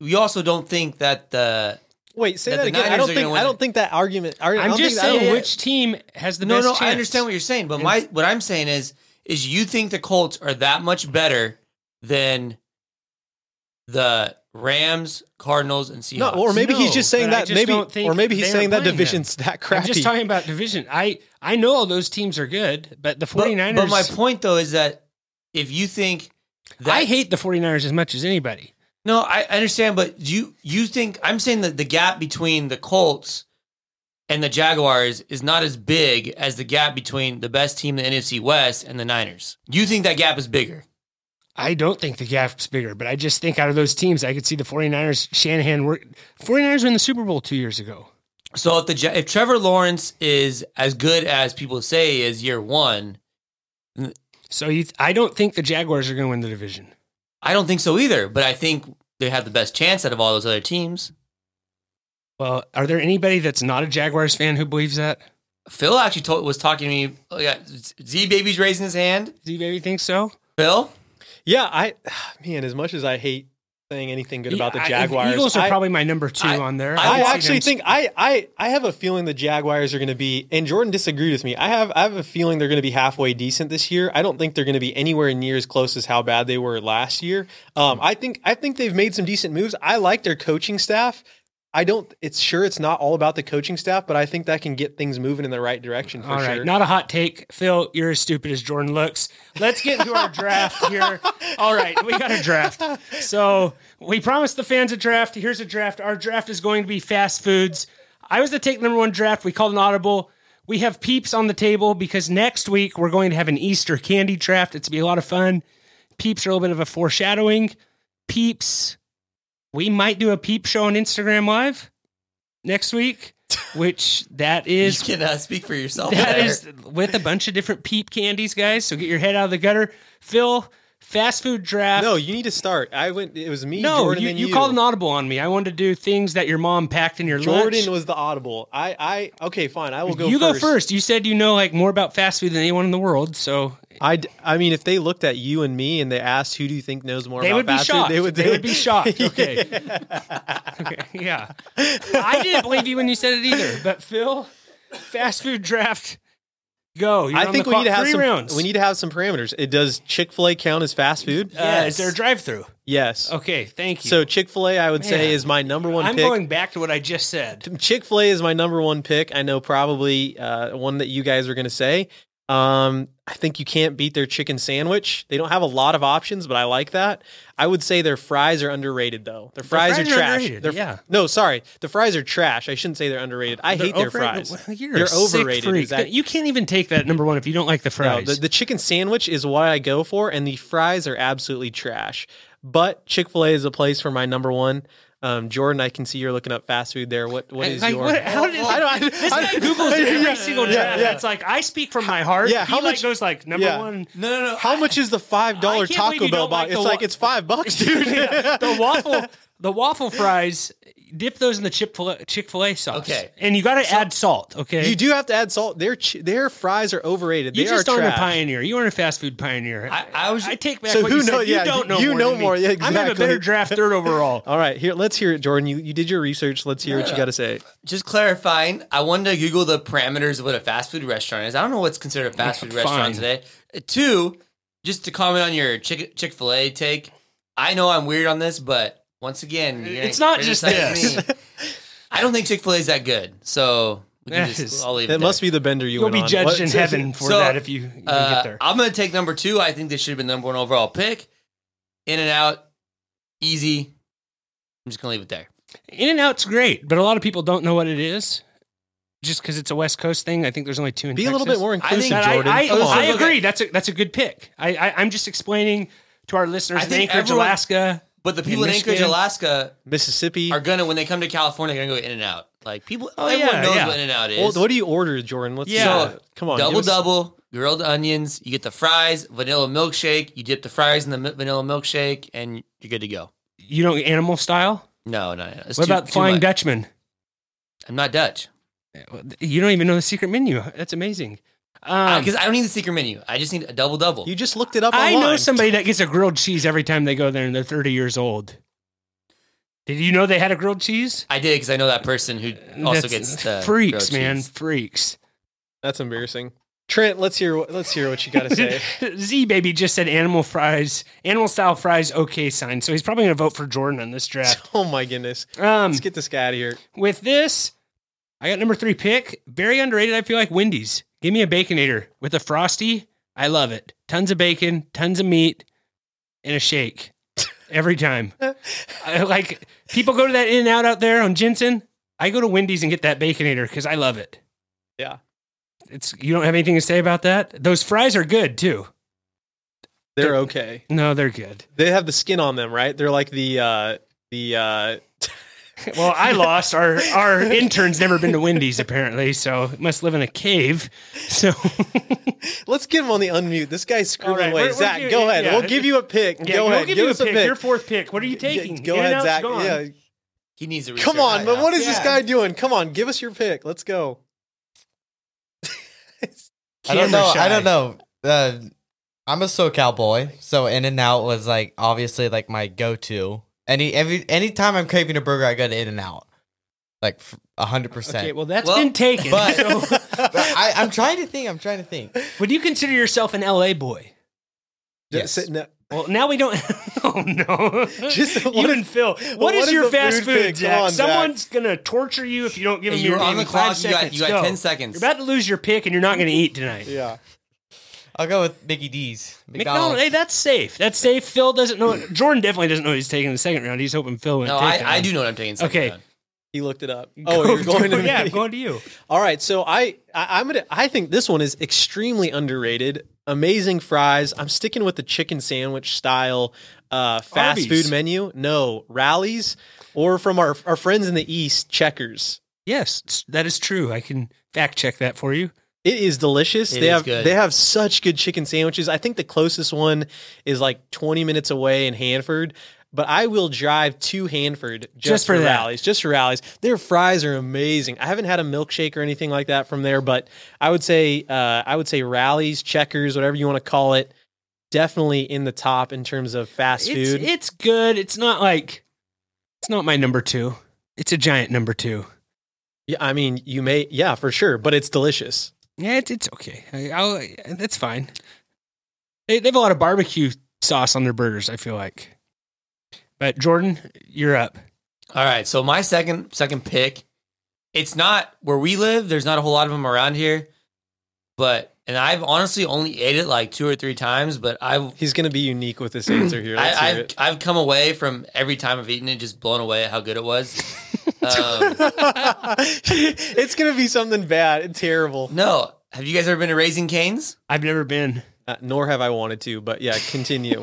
Speaker 4: we also don't think that the
Speaker 3: wait say
Speaker 4: that
Speaker 3: that,
Speaker 4: the
Speaker 3: again. I
Speaker 4: Niners
Speaker 3: don't
Speaker 4: are
Speaker 3: think
Speaker 4: gonna win
Speaker 3: I
Speaker 4: it.
Speaker 3: don't think that argument. I,
Speaker 1: I'm just saying which team has the
Speaker 4: no
Speaker 1: best.
Speaker 4: no I
Speaker 1: chance.
Speaker 4: understand what you're saying, but my what I'm saying is is you think the Colts are that much better than the Rams, Cardinals, and Seahawks?
Speaker 3: no, or maybe he's
Speaker 1: No,
Speaker 3: just saying
Speaker 1: but I
Speaker 3: that
Speaker 1: just
Speaker 3: maybe
Speaker 1: don't think
Speaker 3: or maybe
Speaker 1: they
Speaker 3: he's
Speaker 1: are
Speaker 3: saying that
Speaker 1: playing them.
Speaker 3: division's that
Speaker 1: I'm
Speaker 3: crappy.
Speaker 1: just talking about division. I I know all those teams are good, but the
Speaker 4: But-
Speaker 1: 49ers.
Speaker 4: But, my point though is that if you think that
Speaker 1: I hate the 49ers as much as anybody.
Speaker 4: No, I I understand, but you you think I'm saying that the gap between the Colts and the Jaguars is not as big as the gap between the best team in the NFC West and the Niners. You think that gap is bigger?
Speaker 1: I don't think the gap's bigger, but I just think out of those teams, I could see the 49ers. Shanahan work. 49ers win the Super Bowl two years ago.
Speaker 4: So if the Ja- if Trevor Lawrence is as good as people say he is year one,
Speaker 1: So you, I don't think the Jaguars are going to win the division.
Speaker 4: I don't think so either. But I think they have the best chance out of all those other teams.
Speaker 1: Well, are there anybody that's not a Jaguars fan who believes that?
Speaker 4: Phil actually told, was talking to me. oh, Yeah, Z baby's raising his hand.
Speaker 1: Do you maybe think so?
Speaker 4: Phil,
Speaker 3: Yeah, I man, as much as I hate saying anything good about the
Speaker 1: Yeah, I-
Speaker 3: Jaguars,
Speaker 1: Eagles are
Speaker 3: I-
Speaker 1: probably my number two
Speaker 4: I-
Speaker 1: on there.
Speaker 3: I,
Speaker 1: would see
Speaker 3: actually
Speaker 1: them-
Speaker 3: think I, I I have a feeling the Jaguars are going to be and Jordan disagreed with me. I have I have a feeling they're going to be halfway decent this year. I don't think they're going to be anywhere near as close as how bad they were last year.
Speaker 1: Hmm.
Speaker 3: Um, I think I think they've made some decent moves. I like their coaching staff. I don't. It's sure it's not all about the coaching staff, but I think that can get things moving in the right direction for
Speaker 1: All right,
Speaker 3: sure.
Speaker 1: not a hot take. Phil, you're as stupid as Jordan looks. Let's get into our draft here. All right, we got a draft. So we promised the fans a draft. Here's a draft. Our draft is going to be fast foods. I was to take number one draft. We called an audible. We have peeps on the table because next week we're going to have an Easter candy draft. It's gonna be a lot of fun. Peeps are a little bit of a foreshadowing. Peeps, we might do a peep show on Instagram Live next week, which that
Speaker 4: you
Speaker 1: is
Speaker 4: can uh, speak for yourself.
Speaker 1: that
Speaker 4: there.
Speaker 1: is with a bunch of different peep candies, guys. So get your head out of the gutter. Phil, fast food draft.
Speaker 3: no, you need to start. I went. It was me.
Speaker 1: no,
Speaker 3: Jordan,
Speaker 1: you,
Speaker 3: and
Speaker 1: you called an audible on me. I wanted to do things that your mom packed in your
Speaker 3: Jordan
Speaker 1: lunch.
Speaker 3: was the audible. I I okay, fine. I will go.
Speaker 1: you
Speaker 3: first.
Speaker 1: go first. You said you know like more about fast food than anyone in the world. So
Speaker 3: I, d- I mean, if they looked at you and me and they asked who do you think knows more
Speaker 1: they
Speaker 3: about
Speaker 1: would be
Speaker 3: fast food,
Speaker 1: shocked.
Speaker 3: they would they,
Speaker 1: be shocked. Okay. okay. Yeah. I didn't believe you when you said it either. But Phil, fast food draft. Go. You're
Speaker 3: I
Speaker 1: on
Speaker 3: think
Speaker 1: the
Speaker 3: we
Speaker 1: clock.
Speaker 3: need to have
Speaker 1: three
Speaker 3: some.
Speaker 1: rounds.
Speaker 3: We need to have some parameters. It does Chick Fil A count as fast food?
Speaker 1: Uh, is there a drive-through?
Speaker 3: yes.
Speaker 1: Okay. Thank you.
Speaker 3: So Chick Fil A, I would
Speaker 1: Oh, Man.
Speaker 3: say, is my number one
Speaker 1: I'm
Speaker 3: pick.
Speaker 1: going back to what I just said.
Speaker 3: Chick Fil A is my number one pick. I know probably uh, one that you guys were going to say. Um, I think you can't beat their chicken sandwich. They don't have a lot of options, but I like that. I would say their fries are underrated, though. Their fries,
Speaker 1: fries
Speaker 3: are
Speaker 1: are
Speaker 3: trash.
Speaker 1: underrated,
Speaker 3: Their-
Speaker 1: yeah.
Speaker 3: No, sorry, the fries are trash. I shouldn't say they're underrated. I hate their
Speaker 1: overrated-
Speaker 3: fries.
Speaker 1: Well, You're,
Speaker 3: They're
Speaker 1: a sick
Speaker 3: overrated,
Speaker 1: freak.
Speaker 3: is that-
Speaker 1: you can't even take that number one if you don't like the
Speaker 3: No,
Speaker 1: fries.
Speaker 3: the, the chicken sandwich is what I go for, and the fries are absolutely trash. But Chick Fil A is a place for my number one. Um, Jordan, I can see you're looking up fast food there. What what
Speaker 1: Like,
Speaker 3: is
Speaker 1: like,
Speaker 3: your?
Speaker 1: what- how did-
Speaker 3: I don't- I-
Speaker 1: this
Speaker 3: I-
Speaker 1: guy Googles every
Speaker 3: Yeah,
Speaker 1: single
Speaker 3: yeah,
Speaker 1: draft.
Speaker 3: yeah.
Speaker 1: It's like I speak from my heart.
Speaker 3: Yeah,
Speaker 1: He
Speaker 3: how
Speaker 1: like
Speaker 3: much-
Speaker 1: goes like number
Speaker 3: yeah.
Speaker 1: one.
Speaker 4: no, no, no.
Speaker 3: How much is the five dollar
Speaker 1: I can't believe
Speaker 3: Taco
Speaker 1: you
Speaker 3: Bell
Speaker 1: don't like
Speaker 3: box?
Speaker 1: the
Speaker 3: It's
Speaker 1: wa-
Speaker 3: like it's five bucks, dude.
Speaker 1: the waffle, the waffle fries. Dip those in the Chick Fil A Chick Fil A sauce.
Speaker 4: Okay.
Speaker 1: and you got to add salt. Okay,
Speaker 3: You do have to add salt. Their ch- their fries are overrated.
Speaker 1: You
Speaker 3: they
Speaker 1: just
Speaker 3: are
Speaker 1: aren't
Speaker 3: trash.
Speaker 1: a pioneer. You aren't a fast food pioneer.
Speaker 4: I, I was.
Speaker 1: I take back
Speaker 3: So
Speaker 1: what
Speaker 3: who
Speaker 1: you said.
Speaker 3: know- yeah,
Speaker 1: you don't know.
Speaker 3: you
Speaker 1: more
Speaker 3: know
Speaker 1: than me.
Speaker 3: more. Yeah,
Speaker 1: I'm in a
Speaker 3: exactly.
Speaker 1: better draft third overall.
Speaker 3: All right, here. Let's hear it, Jordan. You you did your research. Let's hear what you got to say.
Speaker 4: just clarifying, I wanted to Google the parameters of what a fast food restaurant is. I don't know what's considered a fast food
Speaker 1: Fine.
Speaker 4: restaurant today. Uh, Two, just to comment on your Chick Chick Fil A take, I know I'm weird on this, but once again, you're gonna
Speaker 1: It's not just
Speaker 4: criticize
Speaker 1: this.
Speaker 4: me. I don't think Chick Fil A is that good, so we can
Speaker 1: That
Speaker 4: just,
Speaker 1: is-
Speaker 4: I'll leave it.
Speaker 3: That must be the bender you
Speaker 1: You'll
Speaker 3: went
Speaker 1: be
Speaker 3: on.
Speaker 1: judged
Speaker 3: What-
Speaker 1: in heaven for
Speaker 4: so,
Speaker 1: that if you, you
Speaker 3: uh,
Speaker 1: get there.
Speaker 4: Uh, I'm gonna take number two. I think this should have been number one overall pick. In and out, easy. I'm just gonna leave it there.
Speaker 1: In and Out's great, but a lot of people don't know what it is. Just because it's a West Coast thing, I think there's only two in
Speaker 3: Be a little
Speaker 1: Texas.
Speaker 3: bit more
Speaker 4: I think-
Speaker 3: inclusive,
Speaker 1: But I,
Speaker 3: Jordan.
Speaker 1: I,
Speaker 3: Come on.
Speaker 1: I
Speaker 4: look
Speaker 1: agree. That's a that's a good pick. I, I I'm just explaining to our listeners
Speaker 4: I
Speaker 1: in
Speaker 4: think
Speaker 1: Anchorage,
Speaker 4: everyone-
Speaker 1: Alaska.
Speaker 4: But the
Speaker 1: In
Speaker 4: people in Anchorage,
Speaker 1: Michigan?
Speaker 4: Alaska,
Speaker 3: Mississippi.
Speaker 4: are gonna when they come to California, they're gonna go In and Out. Like people,
Speaker 1: Oh,
Speaker 4: everyone
Speaker 1: yeah,
Speaker 4: knows
Speaker 1: yeah.
Speaker 4: what In and Out
Speaker 3: Well,
Speaker 4: is.
Speaker 3: what do you order, Jordan? Let's
Speaker 4: Yeah.
Speaker 3: uh, come on.
Speaker 4: double
Speaker 3: give us-
Speaker 4: double, grilled onions. You get the fries, vanilla milkshake. You dip the fries in the mi- vanilla milkshake, and you're good to go.
Speaker 1: You don't animal style.
Speaker 4: No, no, no. It's
Speaker 1: what
Speaker 4: too-
Speaker 1: about
Speaker 4: too
Speaker 1: Flying
Speaker 4: much.
Speaker 1: Dutchman?
Speaker 4: I'm not Dutch
Speaker 1: You don't even know the secret menu. That's amazing. Um,
Speaker 4: because I don't need the secret menu. I just need a double double.
Speaker 3: You just looked it up.
Speaker 1: I
Speaker 3: online.
Speaker 1: know somebody that gets a grilled cheese every time they go there, and they're 30 years old. Did you know they had a grilled cheese?
Speaker 4: I did because I know that person who also gets the
Speaker 1: freaks,
Speaker 4: grilled
Speaker 1: man,
Speaker 4: cheese.
Speaker 1: freaks.
Speaker 3: That's embarrassing. Trent, let's hear. what- Let's hear what you got to say.
Speaker 1: Z baby just said animal fries, animal style fries, okay sign. So he's probably going to vote for Jordan in this draft.
Speaker 3: oh my goodness.
Speaker 1: Um,
Speaker 3: Let's get this guy out of here.
Speaker 1: with this, I got number three pick. Very underrated. I feel like Wendy's. Give me a baconator with a frosty. I love it. Tons of bacon, tons of meat, and a shake every time. I, like people go to that In and Out out there on Jensen. I go to Wendy's and get that baconator because I love it.
Speaker 3: Yeah.
Speaker 1: It's you don't have anything to say about that. Those fries are good too.
Speaker 3: They're okay.
Speaker 1: No, they're good.
Speaker 3: They have the skin on them, right? They're like the uh the uh
Speaker 1: Well, I lost. Our our intern's never been to Wendy's apparently, so must live in a cave. So
Speaker 3: let's get him on the unmute. This guy's screwing
Speaker 1: All right,
Speaker 3: away.
Speaker 1: we're- we're
Speaker 3: Zach,
Speaker 1: giving-
Speaker 3: go ahead.
Speaker 1: yeah.
Speaker 3: We'll give you a pick.
Speaker 1: yeah,
Speaker 3: go
Speaker 1: we'll
Speaker 3: ahead.
Speaker 1: give
Speaker 3: give
Speaker 1: you a
Speaker 3: us a
Speaker 1: pick. Your fourth pick. What are you
Speaker 3: Yeah,
Speaker 1: taking?
Speaker 3: Go
Speaker 1: In-N-Out's
Speaker 3: ahead, Zach.
Speaker 1: gone.
Speaker 3: Yeah.
Speaker 4: He needs a
Speaker 3: Come on, but what is
Speaker 6: Yeah.
Speaker 3: this guy doing? Come on, give us your pick. Let's go.
Speaker 6: I don't
Speaker 1: Camera
Speaker 6: know.
Speaker 1: shy.
Speaker 6: I don't know. Uh, I'm a SoCal boy, so In and Out was like obviously like my go-to. Any every anytime I'm craving a burger, I go to In and Out, like hundred
Speaker 1: Okay,
Speaker 6: percent.
Speaker 1: well that's
Speaker 4: Well,
Speaker 1: been taken.
Speaker 6: but-
Speaker 1: so,
Speaker 6: I, I'm trying to think. I'm trying to think.
Speaker 1: would you consider yourself an LA boy?
Speaker 6: Yes.
Speaker 3: Sitting up-
Speaker 1: Well, now we don't. oh no!
Speaker 3: Just-
Speaker 1: you
Speaker 3: what
Speaker 1: and Phil. what is,
Speaker 3: what is
Speaker 1: your
Speaker 3: the
Speaker 1: fast
Speaker 3: food
Speaker 1: food,
Speaker 3: pick? Come
Speaker 1: Jack?
Speaker 3: on, Jack.
Speaker 1: Someone's gonna torture you if you don't give them
Speaker 4: you
Speaker 1: your
Speaker 4: were
Speaker 1: name
Speaker 4: on the
Speaker 1: in five
Speaker 4: clock. You got,
Speaker 1: seconds.
Speaker 4: you got
Speaker 1: Go.
Speaker 4: 10 seconds.
Speaker 1: You're about to lose your pick, and you're not gonna eat tonight.
Speaker 3: yeah.
Speaker 6: I'll go with Mickey D's. McDonald's.
Speaker 1: McDonald. Hey, that's safe. That's safe. Phil doesn't know. It. Jordan definitely doesn't know he's taking the second round. He's hoping Phil. wouldn't
Speaker 4: no,
Speaker 1: take
Speaker 4: I,
Speaker 1: it.
Speaker 4: I do know what I'm taking. second
Speaker 1: Okay.
Speaker 4: round.
Speaker 3: He looked it up. Oh, you're going to
Speaker 1: yeah,
Speaker 3: me.
Speaker 1: I'm going to you.
Speaker 3: All right, so I, I I'm gonna I think this one is extremely underrated. Amazing fries. I'm sticking with the chicken sandwich style uh, fast
Speaker 1: Arby's.
Speaker 3: food menu. No rallies or from our our friends in the east, Checkers.
Speaker 1: Yes, it's- that is true. I can fact check that for you.
Speaker 3: It is delicious.
Speaker 4: It
Speaker 3: they
Speaker 4: is
Speaker 3: have
Speaker 4: good.
Speaker 3: they have such good chicken sandwiches. I think the closest one is like 20 minutes away in Hanford. But I will drive to Hanford just,
Speaker 1: Just for
Speaker 3: for,
Speaker 1: that.
Speaker 3: rallies. Just for rallies, their fries are amazing. I haven't had a milkshake or anything like that from there, but I would say uh, I would say rallies, checkers, whatever you want to call it, definitely in the top in terms of fast
Speaker 1: It's
Speaker 3: food.
Speaker 1: it's good. It's not like it's not my number two. It's a giant number two.
Speaker 3: yeah, I mean, you may yeah for sure, but it's delicious.
Speaker 1: Yeah, it's, it's okay. I, I'll, that's fine. They, they have a lot of barbecue sauce on their burgers. I feel like. But Jordan, you're up.
Speaker 4: All right. So my second second pick, it's not where we live. There's not a whole lot of them around here, but and I've honestly only ate it like two or three times. But I've
Speaker 3: He's going to be unique with this answer here. Let's
Speaker 4: I,
Speaker 3: hear
Speaker 4: I've
Speaker 3: it.
Speaker 4: I've come away from every time I've eaten it just blown away at how good it was. um,
Speaker 3: it's going to be something bad and terrible.
Speaker 4: no, have you guys ever been to Raising Canes?
Speaker 1: I've never been.
Speaker 3: Uh, nor have I wanted to, but yeah, continue.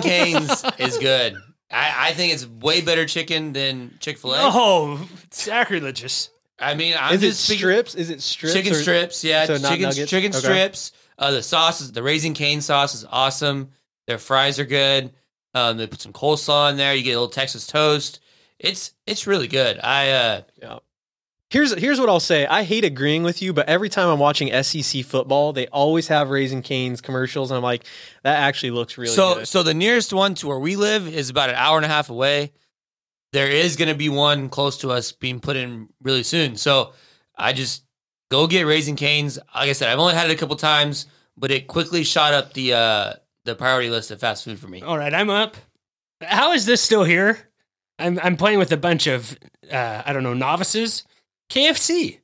Speaker 4: Canes is good. I, I think it's way better chicken than Chick Fil A. I
Speaker 1: Oh, sacrilegious!
Speaker 4: mean, I'm
Speaker 3: Is it
Speaker 4: just speaking-
Speaker 3: strips? Is it strips?
Speaker 4: chicken
Speaker 3: or-
Speaker 4: strips, yeah,
Speaker 3: so not
Speaker 4: chicken,
Speaker 3: nuggets?
Speaker 4: chicken
Speaker 3: Okay.
Speaker 4: strips. Uh, the sauce is the raising cane sauce is awesome. Their fries are good. Um, they put some coleslaw in there. You get a little Texas toast. It's it's really good. I uh,
Speaker 3: Here's here's what I'll say. I hate agreeing with you, but every time I'm watching SEC football, they always have Raising Cane's commercials, and I'm like, that actually looks really
Speaker 4: so
Speaker 3: good.
Speaker 4: so the nearest one to where we live is about an hour and a half away. There is going to be one close to us being put in really soon. So I just go get raising canes. Like I said, I've only had it a couple times, but it quickly shot up the uh, the priority list of fast food for me.
Speaker 1: All right, I'm up. How is this still here? I'm I'm playing with a bunch of uh, I don't know novices. KFC.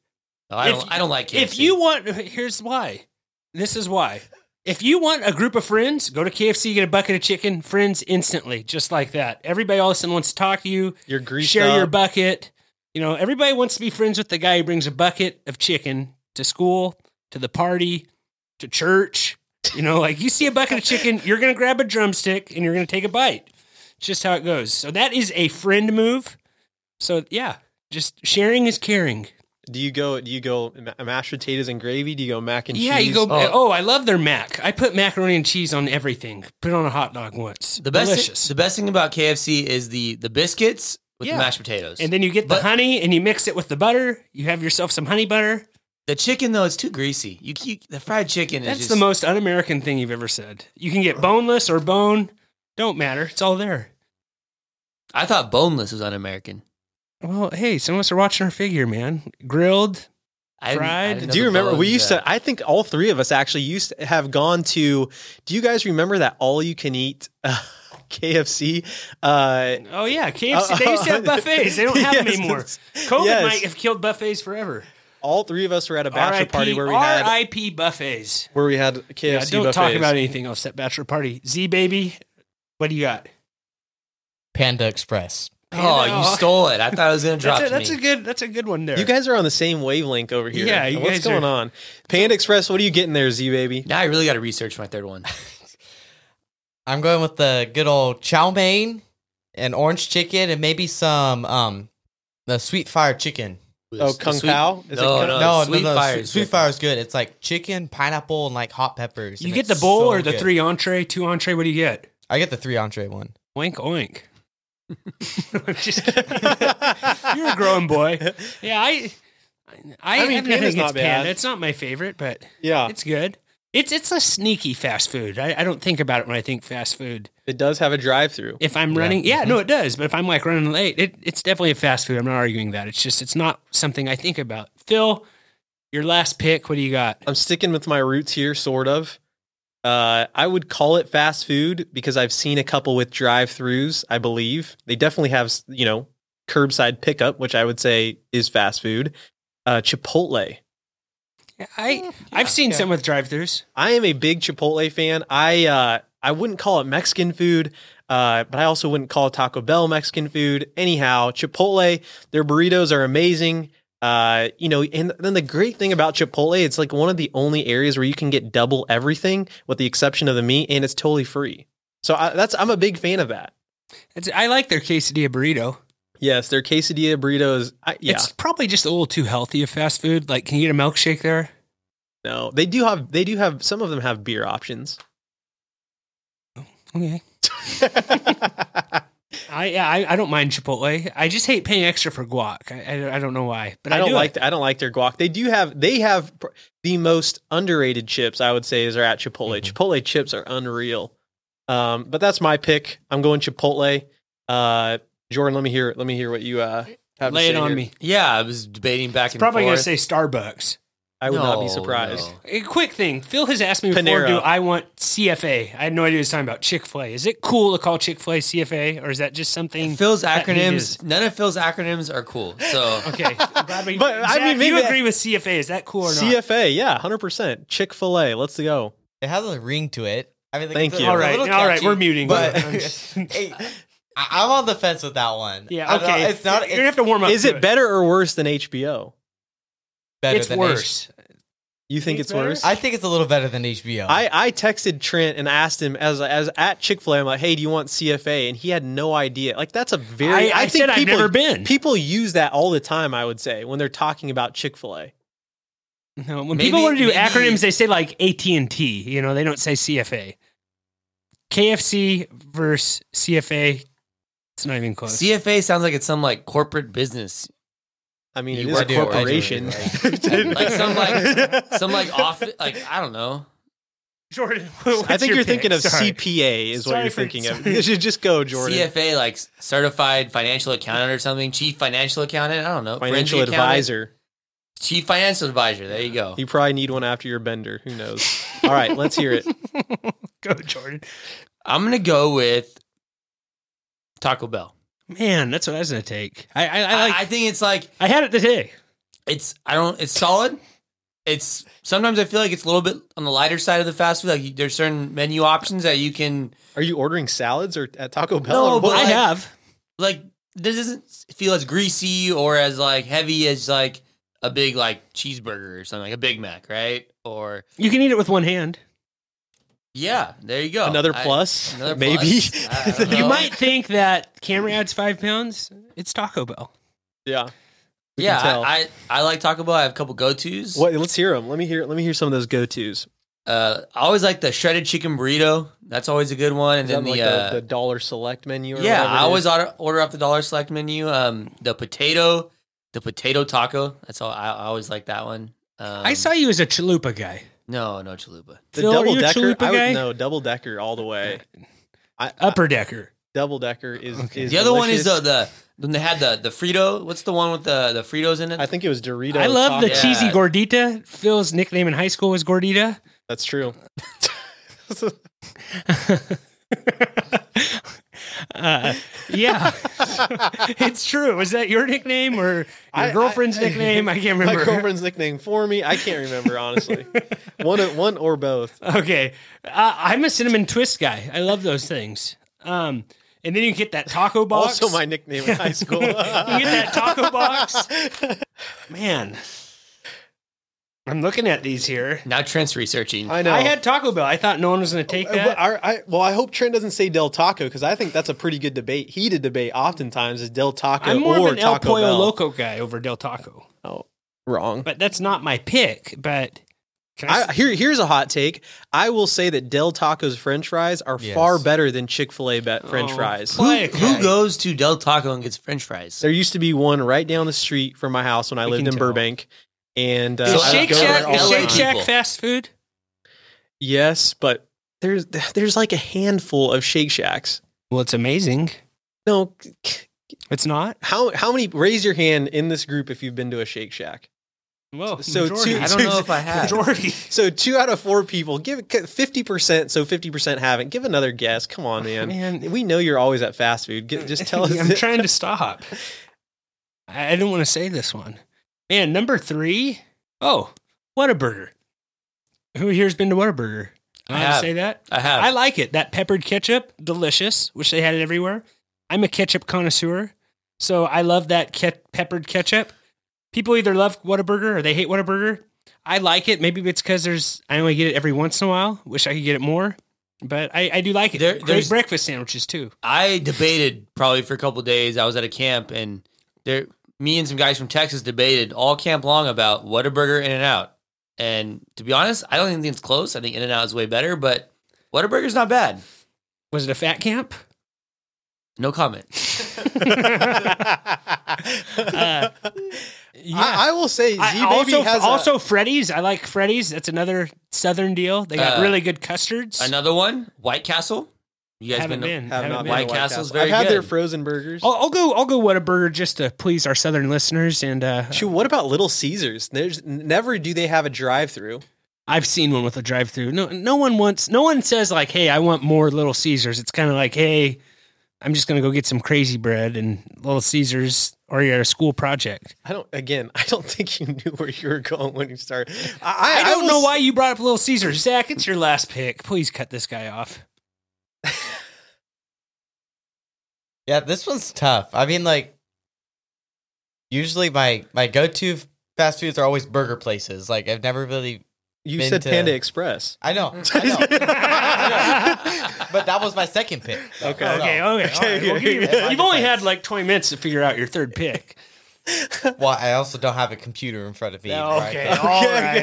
Speaker 4: I
Speaker 1: If-
Speaker 4: don't I don't like KFC.
Speaker 1: If you want, here's why. This is why. If you want a group of friends, go to KFC, get a bucket of chicken, friends instantly, just like that. Everybody all of a sudden wants to talk to you,
Speaker 3: You're greased
Speaker 1: share your
Speaker 3: up.
Speaker 1: bucket. You know, everybody wants to be friends with the guy who brings a bucket of chicken to school, to the party, to church. You know, like you see a bucket of chicken, you're going to grab a drumstick and you're going to take a bite. It's just how it goes. So that is a friend move. So yeah, just sharing is caring.
Speaker 3: do you go? Do you go ma- mashed potatoes and gravy? Do you go mac and
Speaker 1: Yeah,
Speaker 3: cheese?
Speaker 1: you go.
Speaker 4: Oh.
Speaker 1: Oh. I love their mac. I put macaroni and cheese on everything. Put it on a hot dog once.
Speaker 4: The best,
Speaker 1: delicious.
Speaker 4: the best thing about KFC is the the biscuits with
Speaker 1: Yeah.
Speaker 4: the mashed potatoes.
Speaker 1: and then you get the
Speaker 4: But-
Speaker 1: honey and you mix it with the butter. You have yourself some honey butter.
Speaker 4: the chicken though, it's too greasy. You, you the fried chicken
Speaker 1: That's
Speaker 4: is just,
Speaker 1: the most un-American thing you've ever said. You can get boneless or bone. Don't matter. It's all there.
Speaker 4: I thought boneless was un-American.
Speaker 1: Well, hey, some of us are watching our figure, man. Grilled.
Speaker 4: I didn't- I
Speaker 1: Fried?
Speaker 4: didn't know
Speaker 3: Do you
Speaker 4: the
Speaker 3: remember we
Speaker 4: bones,
Speaker 3: used
Speaker 4: uh,
Speaker 3: to? I think all three of us actually used to have gone to. Do you guys remember that all you can eat uh, KFC? Uh,
Speaker 1: Oh yeah, KFC. they used to have buffets. They don't have them
Speaker 3: Yes.
Speaker 1: anymore. COVID
Speaker 3: Yes.
Speaker 1: might have killed buffets forever.
Speaker 3: All three of us were at a bachelor
Speaker 1: RIP
Speaker 3: party where we had
Speaker 1: R.I.P. buffets.
Speaker 3: where we had
Speaker 1: Yeah,
Speaker 3: KFC
Speaker 1: don't talk
Speaker 3: buffets.
Speaker 1: about anything else at bachelor party. Z baby, what do you got?
Speaker 6: Panda Express.
Speaker 4: Oh,
Speaker 1: Panda.
Speaker 4: you stole it! I thought it was gonna drop
Speaker 1: That's a,
Speaker 4: to
Speaker 1: that's a
Speaker 4: me.
Speaker 1: good. That's a good one there.
Speaker 3: You guys are on the same wavelength over here.
Speaker 1: Yeah, you
Speaker 3: what's
Speaker 1: guys
Speaker 3: going
Speaker 1: are-
Speaker 3: on? Panda Express, what are you getting there, Z baby?
Speaker 4: now I really got to research my third one.
Speaker 6: I'm going with the good old chow mein and orange chicken and maybe some um the sweet fire chicken.
Speaker 3: Oh, Kung
Speaker 4: Sweet-
Speaker 3: Pao? Is it
Speaker 4: no,
Speaker 3: Kung-
Speaker 4: no,
Speaker 6: no,
Speaker 4: sweet
Speaker 6: no, no,
Speaker 4: fire.
Speaker 6: Sweet,
Speaker 4: is
Speaker 6: sweet
Speaker 4: different.
Speaker 6: fire is good. It's like chicken, pineapple, and like hot peppers.
Speaker 1: You
Speaker 6: and
Speaker 1: get the
Speaker 6: it's
Speaker 1: bowl
Speaker 6: so
Speaker 1: or the
Speaker 6: good.
Speaker 1: three entree, two entree. What do you get?
Speaker 6: I get the three entree one.
Speaker 1: Oink oink. I'm just kidding. You're a grown boy. Yeah, I I,
Speaker 3: I mean,
Speaker 1: have nothing
Speaker 3: panda's not
Speaker 1: against
Speaker 3: bad.
Speaker 1: panda. It's not my favorite, but
Speaker 3: Yeah,
Speaker 1: it's good. It's it's a sneaky fast food. I, I don't think about it when I think fast food.
Speaker 3: it does have a drive-through.
Speaker 1: If I'm running,
Speaker 3: Mm-hmm.
Speaker 1: yeah, no, it does. But if I'm like running late, it, it's definitely a fast food. I'm not arguing that. It's just it's not something I think about. Phil, your last pick. What do you got?
Speaker 3: I'm sticking with my roots here, sort of. Uh, I would call it fast food because I've seen a couple with drive-throughs. I believe they definitely have, you know, curbside pickup, which I would say is fast food. Uh, Chipotle.
Speaker 1: I I've seen
Speaker 6: yeah.
Speaker 1: some with drive-throughs.
Speaker 3: I am a big Chipotle fan. I uh, I wouldn't call it Mexican food, uh, but I also wouldn't call Taco Bell Mexican food. Anyhow, Chipotle, their burritos are amazing. Uh, you know, and then the great thing about Chipotle, it's like one of the only areas where you can get double everything with the exception of the meat, and it's totally free. So I, that's I'm a big fan of that.
Speaker 1: It's, I like their quesadilla burrito.
Speaker 3: Yes, their quesadilla burritos. I, yeah,
Speaker 1: It's probably just a little too healthy of fast food. Like, can you get a milkshake there?
Speaker 3: no, they do have they do have some of them have beer options.
Speaker 6: Oh,
Speaker 1: Okay. I, yeah, I I don't mind Chipotle. I just hate paying extra for guac. I, I, I don't know why, but I,
Speaker 3: I don't
Speaker 1: do
Speaker 3: like
Speaker 1: It.
Speaker 3: I don't like their guac. They do have they have pr- the most underrated chips I would say is are at Chipotle.
Speaker 1: Mm-hmm.
Speaker 3: Chipotle chips are unreal. Um, but that's my pick. I'm going Chipotle. Uh, Jordan, let me hear let me hear what you uh have
Speaker 1: Lay
Speaker 3: to
Speaker 1: it
Speaker 3: say
Speaker 1: on
Speaker 3: here.
Speaker 1: me.
Speaker 4: Yeah, I was debating back and
Speaker 1: Probably gonna
Speaker 4: forth.
Speaker 1: say Starbucks.
Speaker 3: I would not be
Speaker 4: No,
Speaker 3: surprised.
Speaker 4: no.
Speaker 1: A quick thing. Phil has asked me before.
Speaker 3: Panera.
Speaker 1: Do I want CFA? I had no idea he was talking about Chick Fil A. Is it cool to call Chick Fil A CFA, or is that just something?
Speaker 4: Phil's
Speaker 1: that he
Speaker 4: acronyms.
Speaker 1: just-
Speaker 4: None of Phil's acronyms are cool. So
Speaker 1: Okay, I'm glad we,
Speaker 3: But, I
Speaker 1: Zach,
Speaker 3: mean,
Speaker 1: you
Speaker 3: maybe-
Speaker 1: agree with CFA? Is that cool or not?
Speaker 3: CFA, yeah, hundred percent. Chick Fil A, let's go.
Speaker 6: It has a ring to it. I mean, like,
Speaker 3: Thank
Speaker 6: it's a-
Speaker 3: you.
Speaker 6: it's a
Speaker 1: all right,
Speaker 6: little
Speaker 1: all right,
Speaker 6: catchy,
Speaker 1: we're muting.
Speaker 6: But
Speaker 1: you.
Speaker 6: Hey, I- I'm on the fence with that one.
Speaker 1: yeah,
Speaker 6: I'm not-
Speaker 1: okay.
Speaker 6: it's not.
Speaker 1: You're
Speaker 6: It's
Speaker 1: gonna have to warm up.
Speaker 3: Is
Speaker 1: to
Speaker 3: it better or worse than HBO?
Speaker 6: better
Speaker 1: It's
Speaker 6: than
Speaker 1: worse.
Speaker 3: You think
Speaker 1: It's
Speaker 3: it's
Speaker 1: better?
Speaker 3: worse?
Speaker 6: H- I think it's a little better than HBO.
Speaker 3: I, I texted Trent and asked him as as at Chick Fil A. I'm like, hey, do you want CFA? And he had no idea. Like that's a very.
Speaker 1: I- I said I've never been.
Speaker 3: People use that all the time. I would say when they're talking about Chick Fil A.
Speaker 1: No, when
Speaker 4: Maybe-
Speaker 1: people want to do
Speaker 4: maybe-
Speaker 1: acronyms, they say like AT and T. You know, they don't say CFA. KFC versus CFA. It's not even close.
Speaker 4: CFA sounds like it's some like corporate business,
Speaker 3: I mean,
Speaker 4: You
Speaker 3: it is
Speaker 4: I
Speaker 3: a
Speaker 4: do, I do,
Speaker 3: corporation.
Speaker 4: like some like some like office. Like I don't know.
Speaker 1: Jordan,
Speaker 3: I think you're thinking of
Speaker 1: CP.
Speaker 3: CPA is what
Speaker 1: Sorry
Speaker 3: you're
Speaker 1: for-
Speaker 3: thinking of.
Speaker 1: sorry.
Speaker 3: You should just go, Jordan.
Speaker 4: CFA like certified financial accountant or something. Chief financial accountant. I don't know.
Speaker 3: Financial
Speaker 4: Forensic accountant.
Speaker 3: advisor.
Speaker 4: Chief financial advisor. There you go.
Speaker 3: You probably need one after your bender. Who knows? All right, let's hear it.
Speaker 1: Go, Jordan.
Speaker 4: I'm gonna go with Taco Bell.
Speaker 1: Man, that's what I was gonna take. I I, I
Speaker 4: I,
Speaker 1: like.
Speaker 4: I think it's like
Speaker 1: I, had it today.
Speaker 4: it's I don't it's solid. It's sometimes I feel like it's a little bit on the lighter side of the fast food. Like you- there's certain menu options that you can
Speaker 3: Are you ordering salads or at Taco Bell?
Speaker 4: No,
Speaker 3: Or what-
Speaker 4: but-
Speaker 1: I
Speaker 4: like-
Speaker 1: have.
Speaker 4: like. This doesn't feel as greasy or as like heavy as like a big like cheeseburger or something like a Big Mac, right? Or
Speaker 1: You can eat it with one hand.
Speaker 4: yeah, there you go.
Speaker 3: another
Speaker 4: I-
Speaker 3: plus,
Speaker 4: another
Speaker 3: maybe.
Speaker 4: plus. I don't
Speaker 1: You
Speaker 4: know.
Speaker 1: might think that camera adds five pounds. It's Taco Bell.
Speaker 3: yeah. we can
Speaker 4: yeah,
Speaker 3: tell.
Speaker 4: I, I I like Taco Bell. I have a couple go tos.
Speaker 3: What? Let's hear them. Let me hear. Let me hear some of those go tos.
Speaker 4: Uh, I always like the shredded chicken burrito. That's always a good one. And
Speaker 3: Is that
Speaker 4: then the,
Speaker 3: like
Speaker 4: uh,
Speaker 3: the, the dollar select menu. Or
Speaker 4: Yeah,
Speaker 3: whatever it
Speaker 4: I always
Speaker 3: is?
Speaker 4: order, order off the dollar select menu. Um, the potato, the potato taco. That's all. I, I always like that one. Um,
Speaker 1: I saw you as a chalupa guy.
Speaker 4: No, no chalupa.
Speaker 3: the
Speaker 1: Phil, are
Speaker 3: double
Speaker 1: you a
Speaker 3: decker.
Speaker 1: chalupa
Speaker 3: I would,
Speaker 1: guy?
Speaker 3: no, double decker all the way. I, I-
Speaker 1: Upper decker.
Speaker 3: double decker is,
Speaker 1: Okay.
Speaker 3: is
Speaker 4: the other one is the
Speaker 3: delicious.
Speaker 4: the when they had the the Frito. What's the one with the the Fritos in it?
Speaker 3: I think it was Dorito.
Speaker 1: uh, I love the
Speaker 4: Yeah.
Speaker 3: cheese.
Speaker 1: cheesy gordita. Phil's nickname in high school was gordita.
Speaker 3: That's true.
Speaker 1: uh, yeah, it's true. Was that your nickname or your
Speaker 3: I- I-
Speaker 1: girlfriend's nickname? I can't remember.
Speaker 3: My girlfriend's nickname for me. I can't remember honestly. one, of- one or both.
Speaker 1: Okay, uh, I'm a cinnamon twist guy. I love those things. Um, and then you get that taco box.
Speaker 3: Also, my nickname in high school.
Speaker 1: you get that taco box. Man, I'm looking at these here.
Speaker 4: now Trent's researching.
Speaker 3: I know.
Speaker 1: I had Taco Bell. I thought no one was going to take
Speaker 3: Uh,
Speaker 1: that.
Speaker 3: but our- I, well, I hope Trent doesn't say Del Taco because I think that's a pretty good debate, heated debate. Oftentimes is Del Taco
Speaker 1: I'm more
Speaker 3: or
Speaker 1: of an El
Speaker 3: Taco
Speaker 1: Pollo
Speaker 3: Bell.
Speaker 1: Loco guy over Del Taco.
Speaker 3: Wrong.
Speaker 1: but that's not my pick. But Can I, s-
Speaker 3: I, here, here's a hot take. I will say that Del Taco's French fries are
Speaker 6: Yes.
Speaker 3: far better than Chick Fil A bet French
Speaker 1: Oh,
Speaker 3: fries.
Speaker 1: fuck. Why,
Speaker 4: Who
Speaker 1: okay.
Speaker 4: goes to Del Taco and gets French fries?
Speaker 3: There used to be one right down the street from my house when I
Speaker 1: We
Speaker 3: lived
Speaker 1: can
Speaker 3: in
Speaker 1: tell.
Speaker 3: Burbank, and uh,
Speaker 4: Is
Speaker 3: I would
Speaker 1: Shake
Speaker 3: go there
Speaker 1: Shack
Speaker 3: all
Speaker 1: is
Speaker 3: the
Speaker 1: Shake
Speaker 3: time.
Speaker 1: Shack
Speaker 4: people.
Speaker 1: fast food?
Speaker 3: Yes, but there's there's like a handful of Shake Shacks.
Speaker 1: Well, it's amazing.
Speaker 3: No, c- c-
Speaker 1: It's not.
Speaker 3: how how many? Raise your hand in this group if you've been to a Shake Shack.
Speaker 1: Well,
Speaker 3: So
Speaker 1: majority.
Speaker 3: two-
Speaker 4: I don't know if I have.
Speaker 1: majority.
Speaker 3: So two out of four people give fifty percent. So fifty percent haven't. Give another guess. Come on, man.
Speaker 1: Man.
Speaker 3: We know you're always at fast food. Get, just tell us.
Speaker 1: I'm trying to stop. I I didn't want to say this one. Man, number three. Oh, Whataburger. Who here's been to Whataburger? Am
Speaker 4: I
Speaker 1: I allowed to
Speaker 4: have.
Speaker 1: say that?
Speaker 4: I have.
Speaker 1: I like it. That peppered ketchup, delicious. Wish they had it everywhere. I'm a ketchup connoisseur, so I love that ke- peppered ketchup. People either love Whataburger or they hate Whataburger. I like it. Maybe it's because there's I only get it every once in a while. Wish I could get it more, but I, I do like it.
Speaker 4: There-
Speaker 1: Great
Speaker 4: there's-
Speaker 1: breakfast sandwiches too.
Speaker 4: I debated probably for a couple days. I was at a camp and there, me and some guys from Texas debated all camp long about Whataburger, In and Out. And to be honest, I don't even think it's close. I think In and Out is way better, but Whataburger's not bad.
Speaker 1: Was it a fat camp?
Speaker 4: No comment.
Speaker 1: Uh,
Speaker 3: I, I will say Z
Speaker 1: I
Speaker 3: Baby
Speaker 1: also,
Speaker 3: has a-
Speaker 1: also Freddy's. I like Freddy's. That's another Southern deal. They got
Speaker 4: Uh,
Speaker 1: really good custards.
Speaker 4: Another one, White Castle. You guys
Speaker 1: haven't
Speaker 4: to-
Speaker 1: been.
Speaker 3: have
Speaker 1: haven't
Speaker 3: not
Speaker 1: been.
Speaker 3: been to
Speaker 4: White Castle's
Speaker 3: Castle.
Speaker 4: very
Speaker 3: I've had their
Speaker 4: good.
Speaker 3: frozen burgers.
Speaker 1: I'll, I'll go. I'll go Whataburger just to please our Southern listeners. And uh,
Speaker 3: Shoot, what about Little Caesars? There's never do they have a drive-through.
Speaker 1: I've seen one with a drive-through. No, no one wants. No one says like, "Hey, I want more Little Caesars." It's kind of like, "Hey, I'm just gonna go get some crazy bread and Little Caesars." Or you're at a school project.
Speaker 3: I don't. Again, I don't think you knew where you were going when you started.
Speaker 1: I,
Speaker 3: I, I,
Speaker 1: don't know why
Speaker 3: why.
Speaker 1: you brought up Little Caesars, Zach. It's your last pick. Please cut this guy off.
Speaker 6: Yeah, this one's tough. I mean, like, usually my my go to fast foods are always burger places. Like, I've never really.
Speaker 3: You
Speaker 6: been
Speaker 3: said
Speaker 6: to-
Speaker 3: Panda Express.
Speaker 6: I know, I know, but that was my second pick. though,
Speaker 3: Okay.
Speaker 6: so-
Speaker 1: Okay, okay. all right,
Speaker 3: Okay,
Speaker 1: we'll give you
Speaker 6: okay.
Speaker 1: that. You've only had like 20 minutes to figure out your third pick.
Speaker 6: Well, I also don't have a computer in front of me. right?
Speaker 1: all
Speaker 3: Okay, okay.
Speaker 1: right,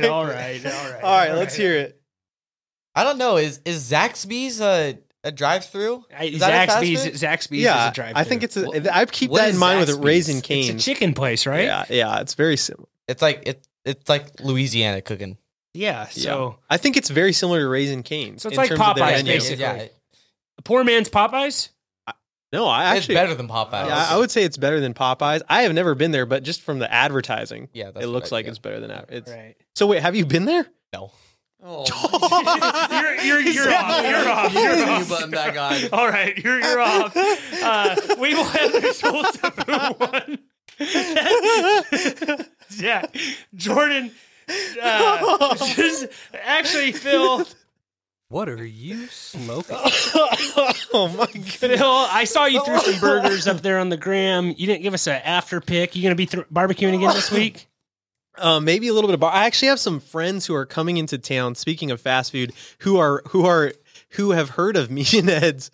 Speaker 1: all right.
Speaker 3: All right, let's hear it.
Speaker 6: I don't know. Is is Zaxby's a a drive through?
Speaker 1: I,
Speaker 6: Is that a fast
Speaker 1: Zaxby's,
Speaker 6: food?
Speaker 1: Zaxby's
Speaker 3: yeah,
Speaker 1: is a drive
Speaker 3: I think it's.
Speaker 4: What-
Speaker 3: A, I keep
Speaker 4: what
Speaker 3: that in
Speaker 4: is
Speaker 3: mind with
Speaker 4: Zaxby's?
Speaker 3: Raising
Speaker 1: it's
Speaker 3: Canes.
Speaker 1: a chicken place, right?
Speaker 3: Yeah, yeah, it's very similar.
Speaker 6: It's like it it's like Louisiana cooking.
Speaker 1: Yeah, so
Speaker 3: I think it's very similar to Raising Canes.
Speaker 1: So it's
Speaker 3: in
Speaker 1: like
Speaker 3: terms of their
Speaker 1: Popeyes,
Speaker 3: menu.
Speaker 1: basically.
Speaker 6: Yeah, it-
Speaker 1: a poor man's Popeyes.
Speaker 3: No, I
Speaker 6: it's
Speaker 3: actually.
Speaker 6: better than Popeyes.
Speaker 3: Yeah, I would say it's better than Popeyes. I have never been there, but just from the advertising,
Speaker 6: Yeah,
Speaker 3: it
Speaker 6: what
Speaker 3: looks
Speaker 6: I-
Speaker 3: like
Speaker 6: yeah.
Speaker 3: it's better than that. It's,
Speaker 1: Right.
Speaker 3: So wait, have you been there? Oh
Speaker 6: no.
Speaker 1: You're you're Oh. you're off. You're off. You're
Speaker 4: You
Speaker 1: off.
Speaker 4: button back on.
Speaker 1: All right, you're you're off. Uh, we will have results of who won. yeah, Jordan. Uh, just, actually, Phil.
Speaker 4: What are you smoking?
Speaker 3: oh my goodness.
Speaker 1: Phil, I saw you threw some burgers up there on the gram. You didn't give us an after pick. You gonna be thr barbecuing again this week?
Speaker 3: Uh, maybe a little bit of bar. I actually have some friends who are coming into town. Speaking of fast food, who are who are who have heard of me and Ed's,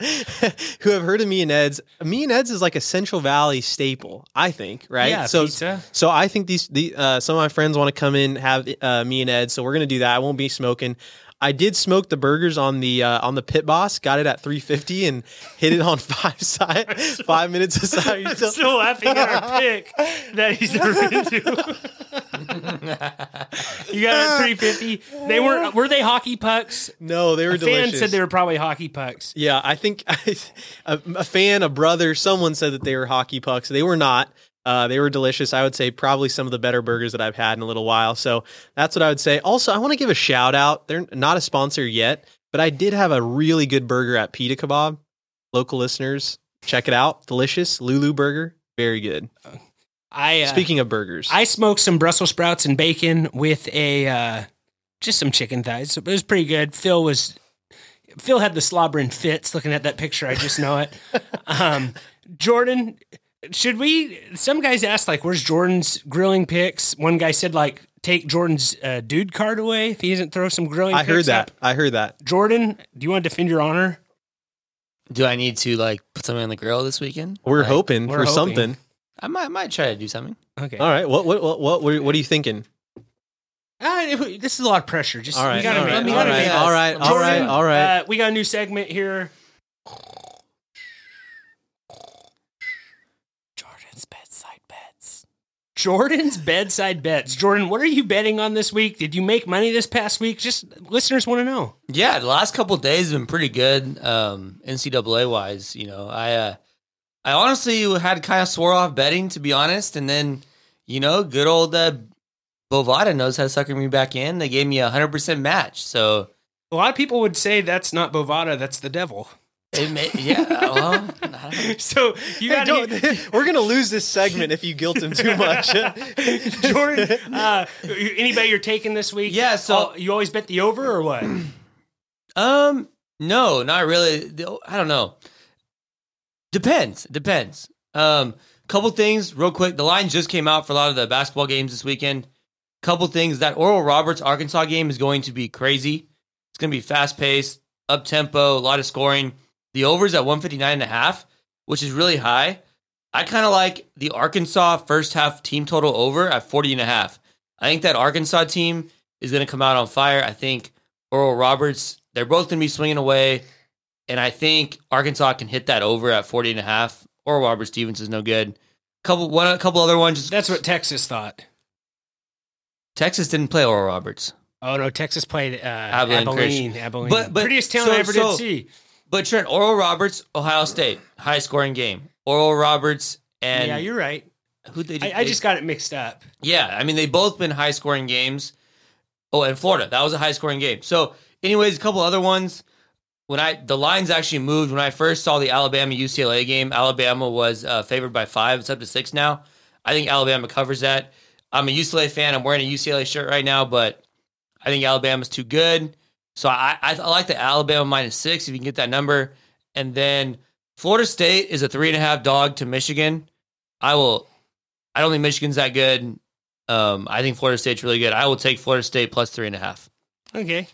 Speaker 3: who have heard of me and Ed's. Me and Ed's is like a Central Valley staple, I think. Right?
Speaker 1: Yeah,
Speaker 3: so
Speaker 1: pizza.
Speaker 3: so I think these the uh, some of my friends want to come in have uh, me and Ed. So we're gonna do that. I won't be smoking. I did smoke the burgers on the uh, on the pit boss. Got it at 350 and hit it on five side five minutes aside. You're still-
Speaker 1: Still laughing at our pick that he's never been to. you got a three fifty. They were were they hockey pucks?
Speaker 3: no, they were
Speaker 1: A fan
Speaker 3: delicious.
Speaker 1: said they were probably hockey pucks.
Speaker 3: Yeah, I think a a fan, a brother, someone said that they were hockey pucks. They were not. Uh, they were delicious. I would say probably some of the better burgers that I've had in a little while. So that's what I would say. Also, I want to give a shout out. They're not a sponsor yet, but I did have a really good burger at Pita Kebab. Local listeners, check it out. Delicious Lulu Burger, very good.
Speaker 1: I uh,
Speaker 3: Speaking of burgers,
Speaker 1: I smoked some Brussels sprouts and bacon with a uh, just some chicken thighs. It was pretty good. Phil was Phil had the slobbering fits looking at that picture. I just know it. um, Jordan, should we? Some guys asked like, "Where's Jordan's grilling picks?" One guy said like, "Take Jordan's uh, dude card away if he doesn't throw some grilling."
Speaker 3: I heard
Speaker 1: picks
Speaker 3: that.
Speaker 1: up."
Speaker 3: I heard that.
Speaker 1: Jordan, do you want to defend your honor?
Speaker 4: Do I need to like put something on the grill this weekend?
Speaker 3: We're
Speaker 4: Like,
Speaker 3: hoping
Speaker 1: we're
Speaker 3: for
Speaker 1: hoping.
Speaker 3: something.
Speaker 4: I might, might try to do something.
Speaker 1: Okay.
Speaker 3: All right, what what what what, what are you thinking?
Speaker 1: Ah, it- this is a lot of pressure. Just
Speaker 3: All
Speaker 1: you
Speaker 3: right,
Speaker 1: gotta
Speaker 3: all
Speaker 1: make-
Speaker 3: right,
Speaker 1: let me-
Speaker 3: all
Speaker 1: let me
Speaker 3: right,
Speaker 1: make-
Speaker 3: all right, all right,
Speaker 1: Jordan,
Speaker 3: all right.
Speaker 1: Uh, we got a new segment here.
Speaker 6: Jordan's bedside beds.
Speaker 1: Jordan's bedside bets. Jordan, what are you betting on this week? Did you make money this past week? Just listeners want to know.
Speaker 4: Yeah, the last couple of days have been pretty good, um, NCAA wise. You know, I uh, I honestly had kind of swore off betting to be honest, and then you know, good old uh, Bovada knows how to sucker me back in. They gave me a hundred percent match, so
Speaker 1: A lot of people would say that's not Bovada, that's the devil.
Speaker 4: it may, yeah. Well, I don't know.
Speaker 1: So you
Speaker 3: Hey,
Speaker 1: got to
Speaker 3: don't- we're gonna lose this segment if you guilt him too much.
Speaker 1: Jordan, uh, anybody you're taking this week?
Speaker 4: Yeah, so-
Speaker 1: Oh, you always bet the over or what?
Speaker 4: Um, no, not really. The- I don't know. Depends. Depends. Um, couple things real quick. The line just came out for a lot of the basketball games this weekend. Couple things. That Oral Roberts Arkansas game is going to be crazy. It's going to be fast paced, up tempo, a lot of scoring. The overs at 159 and a half, which is really high. I kind of like the Arkansas first half team total over at 40 and a half. I think that Arkansas team is going to come out on fire. I think Oral Roberts, they're both going to be swinging away. And I think Arkansas can hit that over at 40 and a half. Oral Roberts Stevens is no good. Couple one, a couple other ones.
Speaker 1: That's what Texas thought.
Speaker 4: Texas didn't play Oral Roberts.
Speaker 1: Oh no, Texas played uh,
Speaker 4: Abilene
Speaker 1: Abilene. Abilene,
Speaker 4: But- but-
Speaker 1: prettiest town
Speaker 4: so-
Speaker 1: I ever
Speaker 4: so-
Speaker 1: did see.
Speaker 4: But Trent, Oral Roberts, Ohio State, high scoring game. Oral Roberts and
Speaker 1: yeah, you're right.
Speaker 4: who they
Speaker 1: I, I just got it mixed up.
Speaker 4: Yeah, I mean they both been high scoring games. Oh, and Florida, that was a high scoring game. So, anyways, a couple other ones. When I the lines actually moved when I first saw the Alabama UCLA game, Alabama was uh, favored by five. It's up to six now. I think Alabama covers that. I'm a UCLA fan. I'm wearing a UCLA shirt right now, but I think Alabama's too good. So I I, I like the Alabama minus six if you can get that number. And then Florida State is a three and a half dog to Michigan. I will. I don't think Michigan's that good. Um, I think Florida State's really good. I will take Florida State plus three and a half.
Speaker 1: Okay,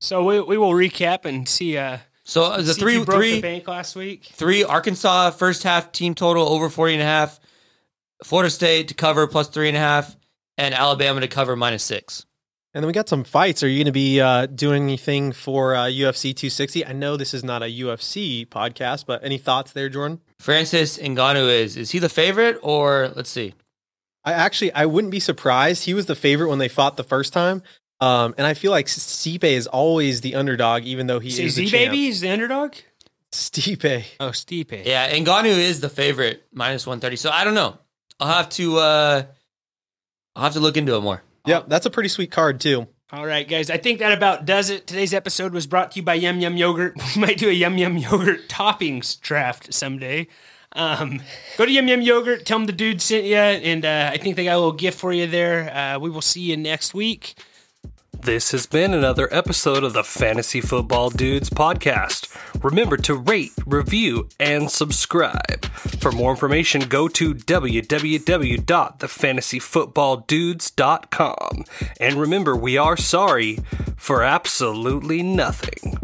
Speaker 1: so we we will recap and see. Uh,
Speaker 4: So it was a
Speaker 1: see if you
Speaker 4: three,
Speaker 1: broke
Speaker 4: three,
Speaker 1: the bank last week.
Speaker 4: three Arkansas first half team total over 40 and a half. Florida State to cover plus three and a half, and Alabama to cover minus six.
Speaker 3: And then we got some fights. Are you going to be uh, doing anything for uh, UFC 260? I know this is not a UFC podcast, but any thoughts there, Jordan?
Speaker 4: Francis Ngannou is is he the favorite or let's see.
Speaker 3: I actually I wouldn't be surprised. He was the favorite when they fought the first time, um, and I feel like Stipe is always the underdog, even though he
Speaker 1: See,
Speaker 3: is
Speaker 1: Z
Speaker 3: the
Speaker 1: baby
Speaker 3: baby.
Speaker 1: is the underdog.
Speaker 3: Stipe.
Speaker 1: Oh, Stipe.
Speaker 4: Yeah, Ngannou is the favorite minus 130. So I don't know. I'll have to uh I'll have to look into it more.
Speaker 3: Yep, that's a pretty sweet card too.
Speaker 1: All right, guys. I think that about does it. Today's episode was brought to you by Yum Yum Yogurt. We might do a Yum Yum Yogurt toppings draft someday. Um, go to Yum Yum Yogurt. Tell them the dude sent you, and uh, I think they got a little gift for you there. Uh, we will see you next week.
Speaker 2: This has been another episode of the Fantasy Football Dudes podcast. Remember to rate, review, and subscribe. For more information, go to www.thefantasyfootballdudes.com. And remember, we are sorry for absolutely nothing.